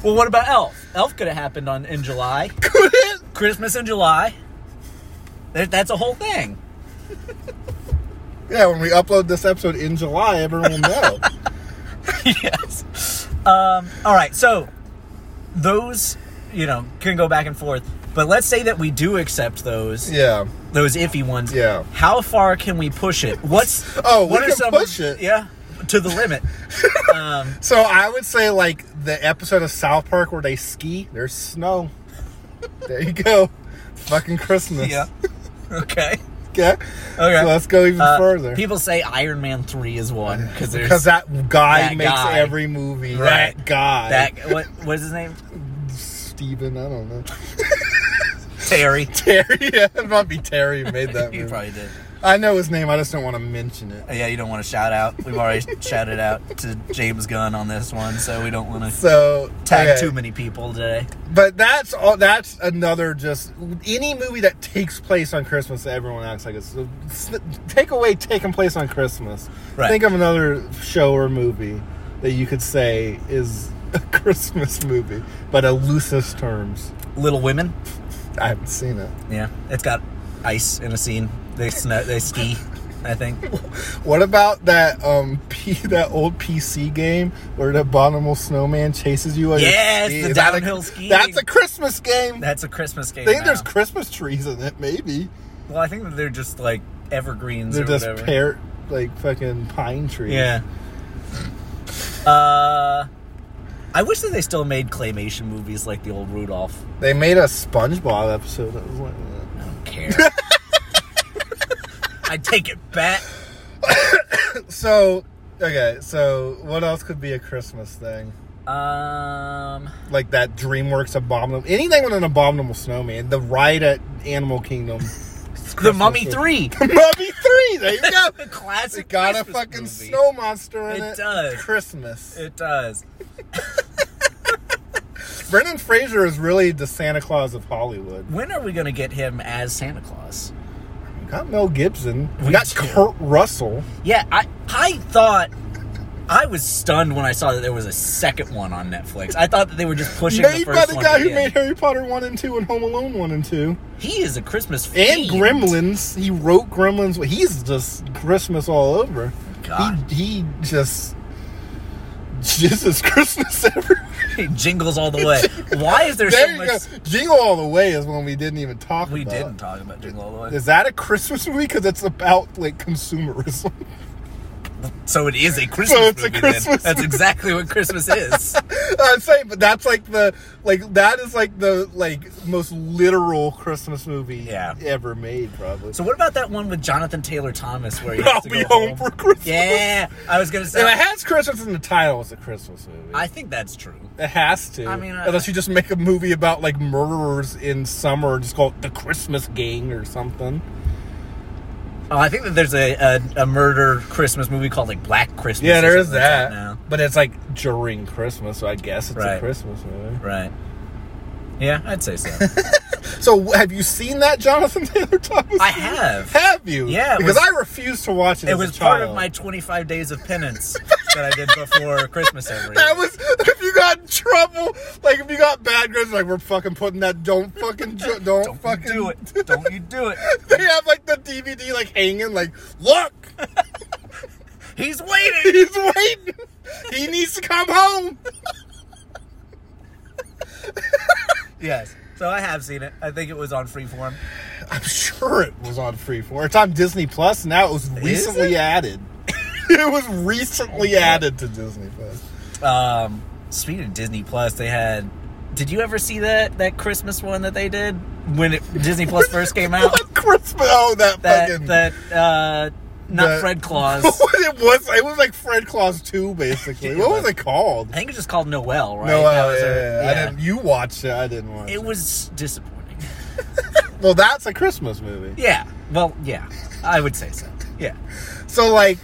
[SPEAKER 1] well, what about Elf? Elf could have happened on in July.
[SPEAKER 2] Could it?
[SPEAKER 1] Christmas in July. There, that's a whole thing.
[SPEAKER 2] Yeah, when we upload this episode in July, everyone will
[SPEAKER 1] [LAUGHS]
[SPEAKER 2] know.
[SPEAKER 1] yes. Um, all right. So those, you know, can go back and forth. But let's say that we do accept those
[SPEAKER 2] yeah.
[SPEAKER 1] those iffy ones.
[SPEAKER 2] Yeah.
[SPEAKER 1] How far can we push it? What's
[SPEAKER 2] [LAUGHS] Oh, we
[SPEAKER 1] what are
[SPEAKER 2] can
[SPEAKER 1] some-
[SPEAKER 2] push it.
[SPEAKER 1] Yeah, to
[SPEAKER 2] [LAUGHS]
[SPEAKER 1] the limit. um,
[SPEAKER 2] So I would say, like, the episode of South Park where they ski, there's snow. There you go. Fucking Christmas.
[SPEAKER 1] yeah. Okay.
[SPEAKER 2] Okay.
[SPEAKER 1] Okay.
[SPEAKER 2] So let's go even
[SPEAKER 1] Uh,
[SPEAKER 2] further.
[SPEAKER 1] People say Iron Man three is one because there's
[SPEAKER 2] Because that guy
[SPEAKER 1] that
[SPEAKER 2] makes
[SPEAKER 1] guy.
[SPEAKER 2] every movie.
[SPEAKER 1] Right.
[SPEAKER 2] That guy.
[SPEAKER 1] that what what is his name
[SPEAKER 2] Steven, I don't know. [LAUGHS]
[SPEAKER 1] Terry.
[SPEAKER 2] Terry. Yeah, it might be Terry who made [LAUGHS]
[SPEAKER 1] [LAUGHS]
[SPEAKER 2] that
[SPEAKER 1] You
[SPEAKER 2] movie.
[SPEAKER 1] probably did. Uh,
[SPEAKER 2] I know his name, I just don't want to mention it.
[SPEAKER 1] Yeah, you don't want to shout out. We've already
[SPEAKER 2] [LAUGHS]
[SPEAKER 1] shouted out to James Gunn on this one, so we don't want to
[SPEAKER 2] So
[SPEAKER 1] tag
[SPEAKER 2] okay.
[SPEAKER 1] too many people today.
[SPEAKER 2] But that's all. That's another just any movie that takes place on Christmas. Everyone acts like it's so s- take away taking place on Christmas.
[SPEAKER 1] Right.
[SPEAKER 2] Think of another show or movie that you could say is [LAUGHS] a Christmas movie, but elusive terms.
[SPEAKER 1] Little Women.
[SPEAKER 2] I haven't seen it.
[SPEAKER 1] Yeah, it's got ice in a scene. They snow, they ski. I think.
[SPEAKER 2] What about that um [LAUGHS] P, that old PC game where the abominable snowman chases you? while you're
[SPEAKER 1] Yes,
[SPEAKER 2] skiing?
[SPEAKER 1] the
[SPEAKER 2] Is that a-
[SPEAKER 1] downhill skiing.
[SPEAKER 2] That's a Christmas game.
[SPEAKER 1] That's a Christmas game.
[SPEAKER 2] I think there's
[SPEAKER 1] now.
[SPEAKER 2] Christmas trees in it, maybe.
[SPEAKER 1] well, I think that they're just like evergreens
[SPEAKER 2] They're
[SPEAKER 1] or
[SPEAKER 2] just
[SPEAKER 1] whatever.
[SPEAKER 2] pear, like fucking pine trees.
[SPEAKER 1] Yeah. Uh, I wish that they still made claymation movies like the old Rudolph.
[SPEAKER 2] They made a SpongeBob episode that was like that.
[SPEAKER 1] I don't care. [LAUGHS] I take it back.
[SPEAKER 2] So, okay, so what else could be a Christmas thing?
[SPEAKER 1] Um,
[SPEAKER 2] Like that DreamWorks Abominable. Anything with an Abominable Snowman. The ride at Animal
[SPEAKER 1] [LAUGHS]
[SPEAKER 2] Kingdom.
[SPEAKER 1] The Mummy Three.
[SPEAKER 2] Mummy 3! There you go!
[SPEAKER 1] the classic.
[SPEAKER 2] It got
[SPEAKER 1] Christmas
[SPEAKER 2] a fucking
[SPEAKER 1] movie.
[SPEAKER 2] snow monster in
[SPEAKER 1] It
[SPEAKER 2] it.
[SPEAKER 1] does.
[SPEAKER 2] Christmas.
[SPEAKER 1] It does.
[SPEAKER 2] Brendan Fraser is really the Santa Claus of Hollywood.
[SPEAKER 1] When are we gonna get him as Santa Claus?
[SPEAKER 2] We got Mel Gibson. We,
[SPEAKER 1] We
[SPEAKER 2] got
[SPEAKER 1] do.
[SPEAKER 2] Kurt Russell.
[SPEAKER 1] Yeah, I I thought I was stunned when I saw that there was a second one on Netflix. I thought that they were just pushing the
[SPEAKER 2] Made
[SPEAKER 1] first
[SPEAKER 2] by the
[SPEAKER 1] one.
[SPEAKER 2] guy who
[SPEAKER 1] in.
[SPEAKER 2] made Harry Potter 1 and 2 and Home Alone 1 and 2.
[SPEAKER 1] He is a Christmas
[SPEAKER 2] And
[SPEAKER 1] fiend.
[SPEAKER 2] Gremlins. He wrote Gremlins. He's just Christmas all over.
[SPEAKER 1] God.
[SPEAKER 2] He, he just. Just as [LAUGHS] Christmas ever.
[SPEAKER 1] [LAUGHS] He jingles all the way. Why is there,
[SPEAKER 2] [LAUGHS] There
[SPEAKER 1] so
[SPEAKER 2] you
[SPEAKER 1] much?
[SPEAKER 2] go. Jingle All the Way is one we didn't even talk
[SPEAKER 1] We
[SPEAKER 2] about.
[SPEAKER 1] didn't talk about jingle all the way.
[SPEAKER 2] Is that a Christmas movie? Because it's about like consumerism. [LAUGHS]
[SPEAKER 1] So it is a Christmas.
[SPEAKER 2] it's a
[SPEAKER 1] movie,
[SPEAKER 2] Christmas
[SPEAKER 1] Then. That's
[SPEAKER 2] movie.
[SPEAKER 1] exactly what Christmas is.
[SPEAKER 2] I'm saying, but that's like the like that is like the like most literal Christmas movie
[SPEAKER 1] Yeah.
[SPEAKER 2] ever made, probably.
[SPEAKER 1] So what about that one with Jonathan Taylor Thomas where you
[SPEAKER 2] I'll
[SPEAKER 1] have to
[SPEAKER 2] be
[SPEAKER 1] go
[SPEAKER 2] home,
[SPEAKER 1] home?
[SPEAKER 2] for Christmas.
[SPEAKER 1] Yeah, I was gonna
[SPEAKER 2] If it
[SPEAKER 1] say.
[SPEAKER 2] has Christmas in the title, it's a Christmas movie.
[SPEAKER 1] I think that's true.
[SPEAKER 2] it has to.
[SPEAKER 1] I mean, uh, I-
[SPEAKER 2] unless you just make a movie about like murderers in summer, just called the Christmas Gang or something.
[SPEAKER 1] Oh, I think that there's a, a, a murder Christmas movie called like Black Christmas.
[SPEAKER 2] Yeah,
[SPEAKER 1] or
[SPEAKER 2] there is
[SPEAKER 1] something like
[SPEAKER 2] that.
[SPEAKER 1] now.
[SPEAKER 2] But it's like during Christmas, so I guess it's
[SPEAKER 1] Right.
[SPEAKER 2] a Christmas movie.
[SPEAKER 1] Right. Yeah,
[SPEAKER 2] [LAUGHS]
[SPEAKER 1] I'd say so.
[SPEAKER 2] So have you seen that Jonathan [LAUGHS] Taylor Thomas?
[SPEAKER 1] I have.
[SPEAKER 2] Have you?
[SPEAKER 1] Yeah, it
[SPEAKER 2] Because
[SPEAKER 1] was-
[SPEAKER 2] I refused to watch it.
[SPEAKER 1] It
[SPEAKER 2] as
[SPEAKER 1] was
[SPEAKER 2] a
[SPEAKER 1] part of
[SPEAKER 2] child.
[SPEAKER 1] my 25 days of penance that I did before Christmas every
[SPEAKER 2] [LAUGHS]
[SPEAKER 1] year.
[SPEAKER 2] That was if you got in trouble, like if you got bad grades, like we're fucking putting that. Don't fucking ju- don't,
[SPEAKER 1] Don't you
[SPEAKER 2] fucking
[SPEAKER 1] do it. Don't you do it.
[SPEAKER 2] [LAUGHS] They have like the DVD like hanging, like look,
[SPEAKER 1] He's waiting.
[SPEAKER 2] he's waiting. He needs to come home.
[SPEAKER 1] Yes. So I have seen it. I think it was on Freeform.
[SPEAKER 2] I'm sure it was on Freeform. It's on Disney Plus now. It was recently
[SPEAKER 1] it?
[SPEAKER 2] added. [LAUGHS] it was recently added to Disney Plus.
[SPEAKER 1] Um, speaking of Disney Plus, they had. Did you ever see that that Christmas one that they did when it, Disney Plus first
[SPEAKER 2] [LAUGHS]
[SPEAKER 1] came out?
[SPEAKER 2] What Christmas? Oh, that,
[SPEAKER 1] That
[SPEAKER 2] fucking.
[SPEAKER 1] that uh, not
[SPEAKER 2] That-
[SPEAKER 1] Fred Claus.
[SPEAKER 2] [LAUGHS] it was it was like Fred Claus 2, basically.
[SPEAKER 1] Yeah,
[SPEAKER 2] what was
[SPEAKER 1] but-
[SPEAKER 2] it called?
[SPEAKER 1] I think it's just called Noel, right?
[SPEAKER 2] No,
[SPEAKER 1] That
[SPEAKER 2] uh,
[SPEAKER 1] was
[SPEAKER 2] yeah,
[SPEAKER 1] her-
[SPEAKER 2] yeah, yeah. I didn't. You watched it. I didn't watch it.
[SPEAKER 1] It was disappointing.
[SPEAKER 2] Well, that's a Christmas movie.
[SPEAKER 1] Yeah. Well, yeah. I would say so. Yeah.
[SPEAKER 2] So, like,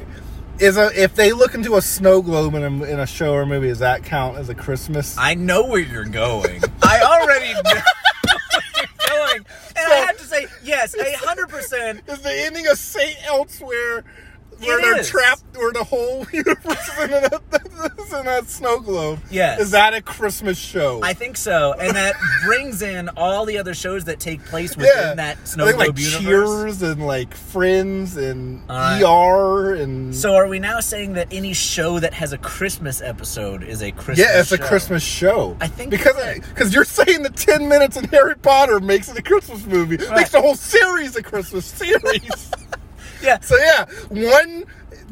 [SPEAKER 2] is a if they look into a snow globe in a, in a show or movie, does that count as a Christmas?
[SPEAKER 1] I know where you're going. I already know [LAUGHS] where you're going. And I have to say, yes, a hundred percent.
[SPEAKER 2] is the ending of Saint Elsewhere where
[SPEAKER 1] It
[SPEAKER 2] they're
[SPEAKER 1] is.
[SPEAKER 2] trapped, where the whole [LAUGHS] universe is in a, is in a snow globe?
[SPEAKER 1] Yes.
[SPEAKER 2] Is that a Christmas show?
[SPEAKER 1] I think so, and that brings in all the other shows that take place within
[SPEAKER 2] yeah,
[SPEAKER 1] that
[SPEAKER 2] I
[SPEAKER 1] snow
[SPEAKER 2] think,
[SPEAKER 1] globe
[SPEAKER 2] like
[SPEAKER 1] universe.
[SPEAKER 2] Cheers and like Friends and
[SPEAKER 1] All right.
[SPEAKER 2] ER and
[SPEAKER 1] So, are we now saying that any show that has a Christmas episode is a Christmas?
[SPEAKER 2] Yeah, it's a
[SPEAKER 1] show?
[SPEAKER 2] Christmas show.
[SPEAKER 1] I think
[SPEAKER 2] because
[SPEAKER 1] it's
[SPEAKER 2] because you're saying the ten minutes in Harry Potter makes it a Christmas movie, makes the whole series a Christmas
[SPEAKER 1] [LAUGHS]
[SPEAKER 2] series.
[SPEAKER 1] Yeah,
[SPEAKER 2] so yeah, one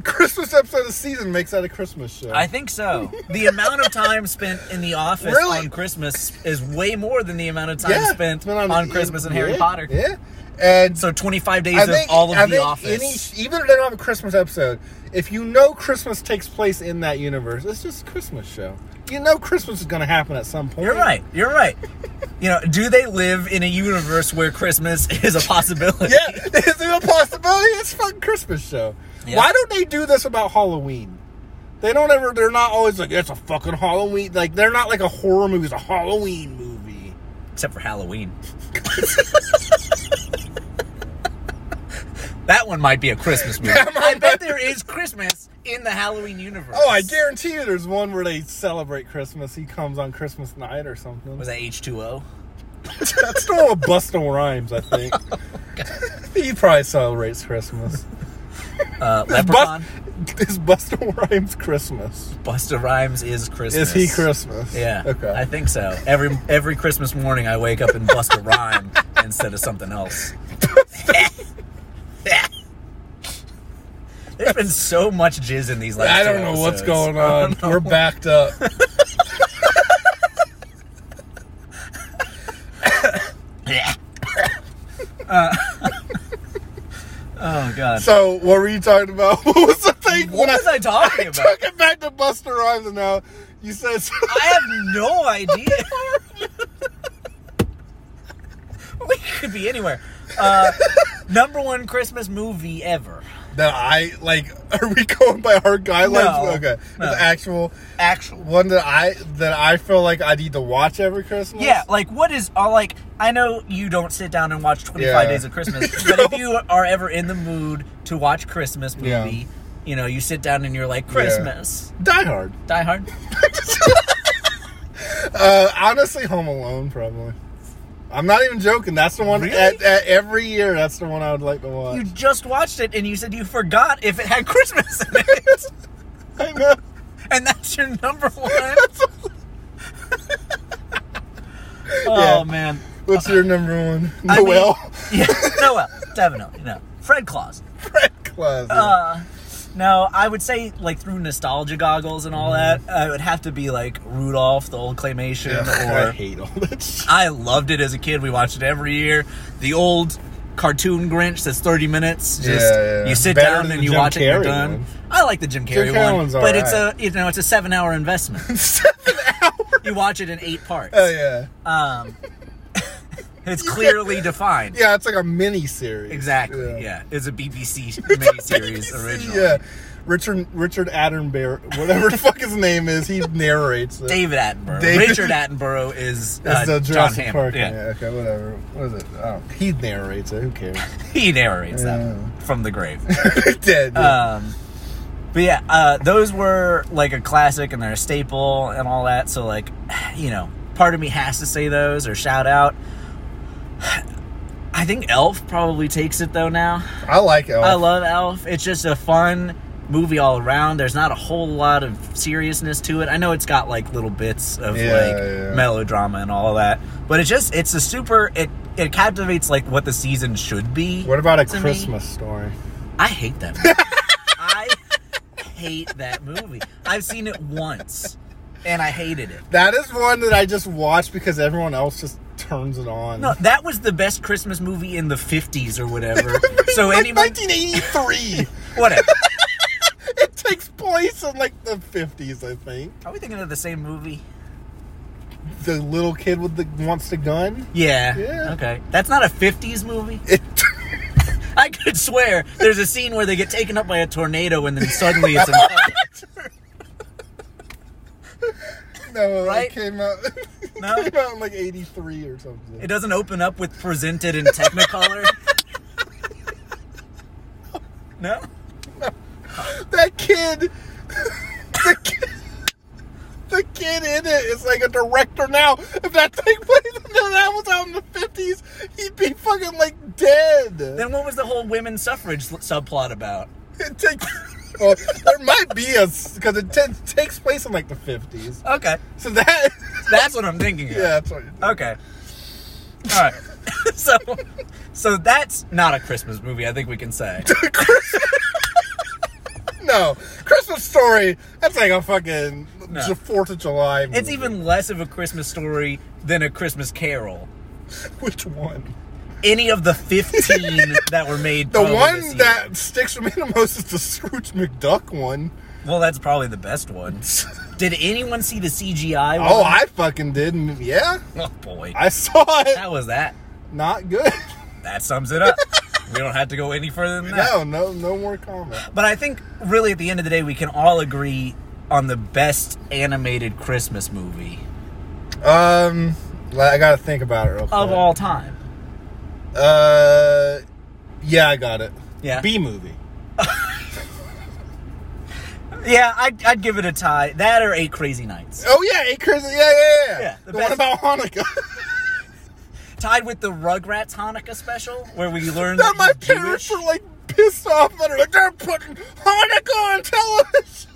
[SPEAKER 2] Christmas episode a season makes that a Christmas show.
[SPEAKER 1] I think so. The amount of time spent in the office
[SPEAKER 2] Really?
[SPEAKER 1] on Christmas is way more than the amount of time
[SPEAKER 2] yeah, it's
[SPEAKER 1] spent
[SPEAKER 2] been E
[SPEAKER 1] on, Christmas and Harry
[SPEAKER 2] yeah,
[SPEAKER 1] Potter.
[SPEAKER 2] Yeah, and
[SPEAKER 1] So 25 days
[SPEAKER 2] I think
[SPEAKER 1] of all of
[SPEAKER 2] I
[SPEAKER 1] the
[SPEAKER 2] think
[SPEAKER 1] office.
[SPEAKER 2] Any, even if they don't have a Christmas episode, if you know Christmas takes place in that universe, it's just a Christmas show. You know Christmas is going to happen at some point.
[SPEAKER 1] You're right. You're right. you know, do they live in a universe where Christmas [LAUGHS] is a possibility?
[SPEAKER 2] Yeah, [LAUGHS] is it a possibility? It's a fucking Christmas show.
[SPEAKER 1] Yeah.
[SPEAKER 2] Why don't they do this about Halloween? They don't ever. They're not always like it's a fucking Halloween. Like they're not like a horror movie. It's a Halloween movie.
[SPEAKER 1] Except for Halloween. [LAUGHS] that one might be a Christmas movie.
[SPEAKER 2] That
[SPEAKER 1] I
[SPEAKER 2] might
[SPEAKER 1] bet there is Christmas in the Halloween universe.
[SPEAKER 2] Oh, I guarantee you, there's one where they celebrate Christmas. He comes on Christmas night or something.
[SPEAKER 1] Was that H2O?
[SPEAKER 2] That's normal with Busta Rhymes, I think. [LAUGHS] he probably celebrates Christmas.
[SPEAKER 1] Uh,
[SPEAKER 2] Bust,
[SPEAKER 1] Leprechaun?
[SPEAKER 2] is Busta Rhymes Christmas?
[SPEAKER 1] Busta Rhymes is Christmas.
[SPEAKER 2] Is he Christmas?
[SPEAKER 1] Yeah.
[SPEAKER 2] Okay.
[SPEAKER 1] I think so. Every every Christmas morning I wake up and bust a
[SPEAKER 2] [LAUGHS]
[SPEAKER 1] rhyme instead of something else. There's been so much jizz in these last
[SPEAKER 2] I
[SPEAKER 1] two
[SPEAKER 2] don't know what's
[SPEAKER 1] episodes.
[SPEAKER 2] going on. We're backed up.
[SPEAKER 1] [LAUGHS] Uh, Oh
[SPEAKER 2] [LAUGHS]
[SPEAKER 1] god.
[SPEAKER 2] So what were you talking about? [LAUGHS] What was the thing?
[SPEAKER 1] what was I
[SPEAKER 2] [LAUGHS]
[SPEAKER 1] talking about?
[SPEAKER 2] took it back to Buster Rhymes and now you said something.
[SPEAKER 1] I have no idea. we could be anywhere. Uh, number one Christmas movie ever.
[SPEAKER 2] [LAUGHS] that I like. Are we going by our guidelines?
[SPEAKER 1] No.
[SPEAKER 2] okay,
[SPEAKER 1] No.
[SPEAKER 2] it's actual
[SPEAKER 1] Actual.
[SPEAKER 2] one that I that I feel like I need to watch every Christmas.
[SPEAKER 1] Yeah, like what is all like? I know you don't sit down and watch Twenty Five
[SPEAKER 2] Yeah.
[SPEAKER 1] Days of
[SPEAKER 2] [LAUGHS]
[SPEAKER 1] Christmas, but if you are ever in the mood to watch Christmas movie,
[SPEAKER 2] Yeah.
[SPEAKER 1] you know you sit down and you're like Christmas,
[SPEAKER 2] Die Hard.
[SPEAKER 1] Die Hard.
[SPEAKER 2] Uh, honestly, Home Alone probably. I'm not even joking. That's the one.
[SPEAKER 1] Really?
[SPEAKER 2] At, at every year, that's the one I would like to watch.
[SPEAKER 1] You just watched it and you said you forgot if it had Christmas in
[SPEAKER 2] [LAUGHS]
[SPEAKER 1] it,
[SPEAKER 2] I know.
[SPEAKER 1] and that's your
[SPEAKER 2] [LAUGHS]
[SPEAKER 1] number one.
[SPEAKER 2] Yeah.
[SPEAKER 1] oh man.
[SPEAKER 2] What's your number one?
[SPEAKER 1] I mean-
[SPEAKER 2] Noel.
[SPEAKER 1] Yeah, Noel, definitely. No, Fred Claus.
[SPEAKER 2] Fred Claus.
[SPEAKER 1] Uh, no, I would say like through nostalgia goggles and all
[SPEAKER 2] Mm-hmm.
[SPEAKER 1] that, uh, it would have to be like Rudolph, the old claymation,
[SPEAKER 2] Ugh, I [LAUGHS]
[SPEAKER 1] or
[SPEAKER 2] hate all that shit.
[SPEAKER 1] I loved it as a kid. We watched it every year. The old cartoon Grinch that's 30 minutes. Just
[SPEAKER 2] Yeah, yeah.
[SPEAKER 1] you sit
[SPEAKER 2] Better
[SPEAKER 1] down
[SPEAKER 2] than
[SPEAKER 1] and
[SPEAKER 2] the
[SPEAKER 1] you
[SPEAKER 2] Jim
[SPEAKER 1] watch it and you're
[SPEAKER 2] Carrey
[SPEAKER 1] done.
[SPEAKER 2] one.
[SPEAKER 1] I like the Jim Carrey
[SPEAKER 2] Carrey
[SPEAKER 1] one,
[SPEAKER 2] one's
[SPEAKER 1] but it's a
[SPEAKER 2] alright.
[SPEAKER 1] you know it's a 7-hour investment.
[SPEAKER 2] [LAUGHS]
[SPEAKER 1] 7 hours. You watch it in 8 parts.
[SPEAKER 2] Oh yeah,
[SPEAKER 1] Um it's
[SPEAKER 2] [LAUGHS]
[SPEAKER 1] clearly defined.
[SPEAKER 2] yeah. It's like a mini series.
[SPEAKER 1] Exactly. Yeah. It's a BBC miniseries original.
[SPEAKER 2] uh, Yeah, Richard Richard Attenborough, whatever the fuck his name is, he narrates it.
[SPEAKER 1] David Attenborough.
[SPEAKER 2] David-
[SPEAKER 1] Richard Attenborough is
[SPEAKER 2] It's
[SPEAKER 1] uh,
[SPEAKER 2] the
[SPEAKER 1] John
[SPEAKER 2] Jurassic
[SPEAKER 1] Hammond.
[SPEAKER 2] Park.
[SPEAKER 1] yeah.
[SPEAKER 2] Yeah. okay, whatever. What is it? Oh, he narrates it. Who
[SPEAKER 1] [LAUGHS]
[SPEAKER 2] cares? [LAUGHS]
[SPEAKER 1] He narrates that
[SPEAKER 2] Yeah.
[SPEAKER 1] one from the grave. [LAUGHS]
[SPEAKER 2] Dead. yeah.
[SPEAKER 1] um, but yeah, uh, those were like a classic and they're a staple and all that. So like, [SIGHS] you know, part of me has to say those or shout out. [SIGHS] I think Elf probably takes it though now.
[SPEAKER 2] I like Elf.
[SPEAKER 1] I love Elf. It's just a fun movie all around. There's not a whole lot of seriousness to it. I know it's got like little bits of
[SPEAKER 2] Yeah,
[SPEAKER 1] like
[SPEAKER 2] yeah.
[SPEAKER 1] melodrama and all that, but it just it's a super it it captivates like what the season should be.
[SPEAKER 2] what about a
[SPEAKER 1] to me.
[SPEAKER 2] Christmas story?
[SPEAKER 1] I hate that. Movie. I hate that movie. I've seen it once, and I hated it.
[SPEAKER 2] That is one that I just watch because everyone else just turns it on.
[SPEAKER 1] No, that was the best Christmas movie in the '50s or whatever. So
[SPEAKER 2] [LAUGHS] like
[SPEAKER 1] anyone, [LAUGHS]
[SPEAKER 2] 1983. [LAUGHS]
[SPEAKER 1] whatever.
[SPEAKER 2] it takes place in like the 50s, I think.
[SPEAKER 1] Are we thinking of the same movie?
[SPEAKER 2] The little kid with the wants the gun.
[SPEAKER 1] Yeah.
[SPEAKER 2] Yeah.
[SPEAKER 1] Okay. That's not a 50s movie.
[SPEAKER 2] It, [LAUGHS]
[SPEAKER 1] I could swear there's a scene where they get taken up by a tornado and then suddenly it's an
[SPEAKER 2] [LAUGHS] no,
[SPEAKER 1] Right?
[SPEAKER 2] it came out. [LAUGHS] it
[SPEAKER 1] No.
[SPEAKER 2] came out in like 83 or something.
[SPEAKER 1] It doesn't open up with presented
[SPEAKER 2] [LAUGHS]
[SPEAKER 1] in Technicolor. No?
[SPEAKER 2] that kid, [LAUGHS] the kid, the kid in it is like a director now. [LAUGHS] If that thing played, no, that was out in the fifties, he'd be fucking like dead.
[SPEAKER 1] Then what was the whole women's suffrage l- subplot about?
[SPEAKER 2] It takes, [LAUGHS] well, there might be a because it t- takes place in like the fifties.
[SPEAKER 1] Okay.
[SPEAKER 2] So that, [LAUGHS]
[SPEAKER 1] That's what I'm thinking of.
[SPEAKER 2] yeah, that's what.
[SPEAKER 1] Okay. All right. [LAUGHS] so so that's not a Christmas movie, I think we can
[SPEAKER 2] [LAUGHS]
[SPEAKER 1] say.
[SPEAKER 2] No, Christmas Story. That's like a fucking
[SPEAKER 1] No.
[SPEAKER 2] J- Fourth of July.
[SPEAKER 1] It's
[SPEAKER 2] movie.
[SPEAKER 1] even less of a Christmas story than a Christmas carol.
[SPEAKER 2] [LAUGHS] which one?
[SPEAKER 1] Any of
[SPEAKER 2] [LAUGHS]
[SPEAKER 1] the 15 that were made
[SPEAKER 2] The
[SPEAKER 1] probably this
[SPEAKER 2] one
[SPEAKER 1] year.
[SPEAKER 2] that sticks with me the most is the Scrooge McDuck one.
[SPEAKER 1] Well, that's probably the
[SPEAKER 2] [LAUGHS]
[SPEAKER 1] best one. Did anyone see the CGI one?
[SPEAKER 2] Oh, I fucking did. and Yeah,
[SPEAKER 1] Oh, boy.
[SPEAKER 2] I saw it.
[SPEAKER 1] How was that?
[SPEAKER 2] Not
[SPEAKER 1] [LAUGHS]
[SPEAKER 2] good.
[SPEAKER 1] That sums it
[SPEAKER 2] [LAUGHS]
[SPEAKER 1] up. we don't have to go any further than that.
[SPEAKER 2] No, no, no more comment.
[SPEAKER 1] But I think, really, at the end of the day, we can all agree on the best animated Christmas movie
[SPEAKER 2] Um, li- I gotta think about it real quick.
[SPEAKER 1] of all time.
[SPEAKER 2] Uh, yeah, I got it.
[SPEAKER 1] Yeah.
[SPEAKER 2] B movie.
[SPEAKER 1] Yeah, I'd, I'd give it a tie. That or Eight Crazy Nights.
[SPEAKER 2] Oh yeah, it Chris. Yeah, yeah, yeah.
[SPEAKER 1] Yeah, the
[SPEAKER 2] the one about
[SPEAKER 1] best-
[SPEAKER 2] Hanukkah.
[SPEAKER 1] [LAUGHS] Tied with the Rugrats Hanukkah special, where we learned
[SPEAKER 2] that my
[SPEAKER 1] that he's
[SPEAKER 2] parents
[SPEAKER 1] Jewish.
[SPEAKER 2] were like pissed off at her. Like they're putting Hanukkah on television.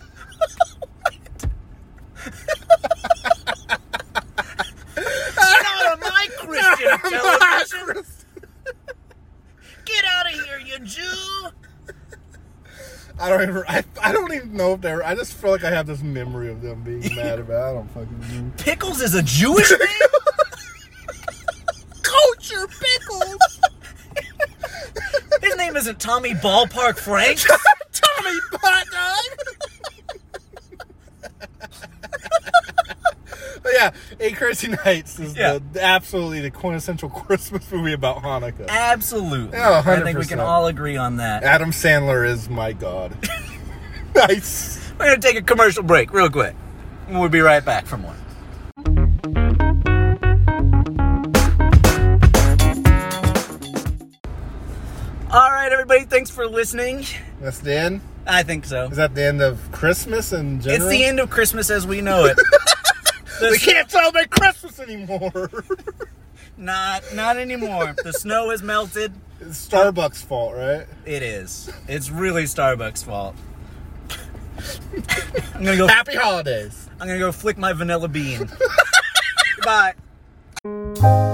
[SPEAKER 2] [LAUGHS]
[SPEAKER 1] Not on my Christian television.
[SPEAKER 2] Chris.
[SPEAKER 1] Get out of here, you Jew!
[SPEAKER 2] I don't even. I, I don't even know if they were. I just feel like I have this memory of them
[SPEAKER 1] [LAUGHS]
[SPEAKER 2] being mad about. it. I don't fucking. know.
[SPEAKER 1] Pickles is a
[SPEAKER 2] [LAUGHS]
[SPEAKER 1] Jewish name?
[SPEAKER 2] Culture pickles.
[SPEAKER 1] isn't Tommy Ballpark Frank?
[SPEAKER 3] Tommy Pot Dog.
[SPEAKER 2] [LAUGHS] But yeah, Eight Crazy Nights is
[SPEAKER 1] Yeah.
[SPEAKER 2] the, absolutely the quintessential Christmas movie about Hanukkah.
[SPEAKER 1] Absolutely.
[SPEAKER 2] Yeah,
[SPEAKER 1] I think we
[SPEAKER 2] 100%.
[SPEAKER 1] can all agree on that.
[SPEAKER 2] Adam Sandler is my
[SPEAKER 1] [LAUGHS]
[SPEAKER 2] god. [LAUGHS] nice.
[SPEAKER 1] We're going to take a commercial break real quick. and We'll be right back for more. All right, everybody. Thanks for listening.
[SPEAKER 2] That's the end.
[SPEAKER 1] I think so.
[SPEAKER 2] Is that the end of Christmas in
[SPEAKER 1] It's
[SPEAKER 2] general?
[SPEAKER 1] the end of Christmas as
[SPEAKER 2] [LAUGHS]
[SPEAKER 1] we know it. The
[SPEAKER 2] We can't celebrate Christmas anymore.
[SPEAKER 1] Not not anymore. the snow has melted.
[SPEAKER 2] [LAUGHS] it's Starbucks' fault, right?
[SPEAKER 1] It is. It's really Starbucks' fault. I'm gonna
[SPEAKER 2] [LAUGHS]
[SPEAKER 1] go.
[SPEAKER 2] Happy holidays.
[SPEAKER 1] I'm gonna go flick my vanilla bean. Bye.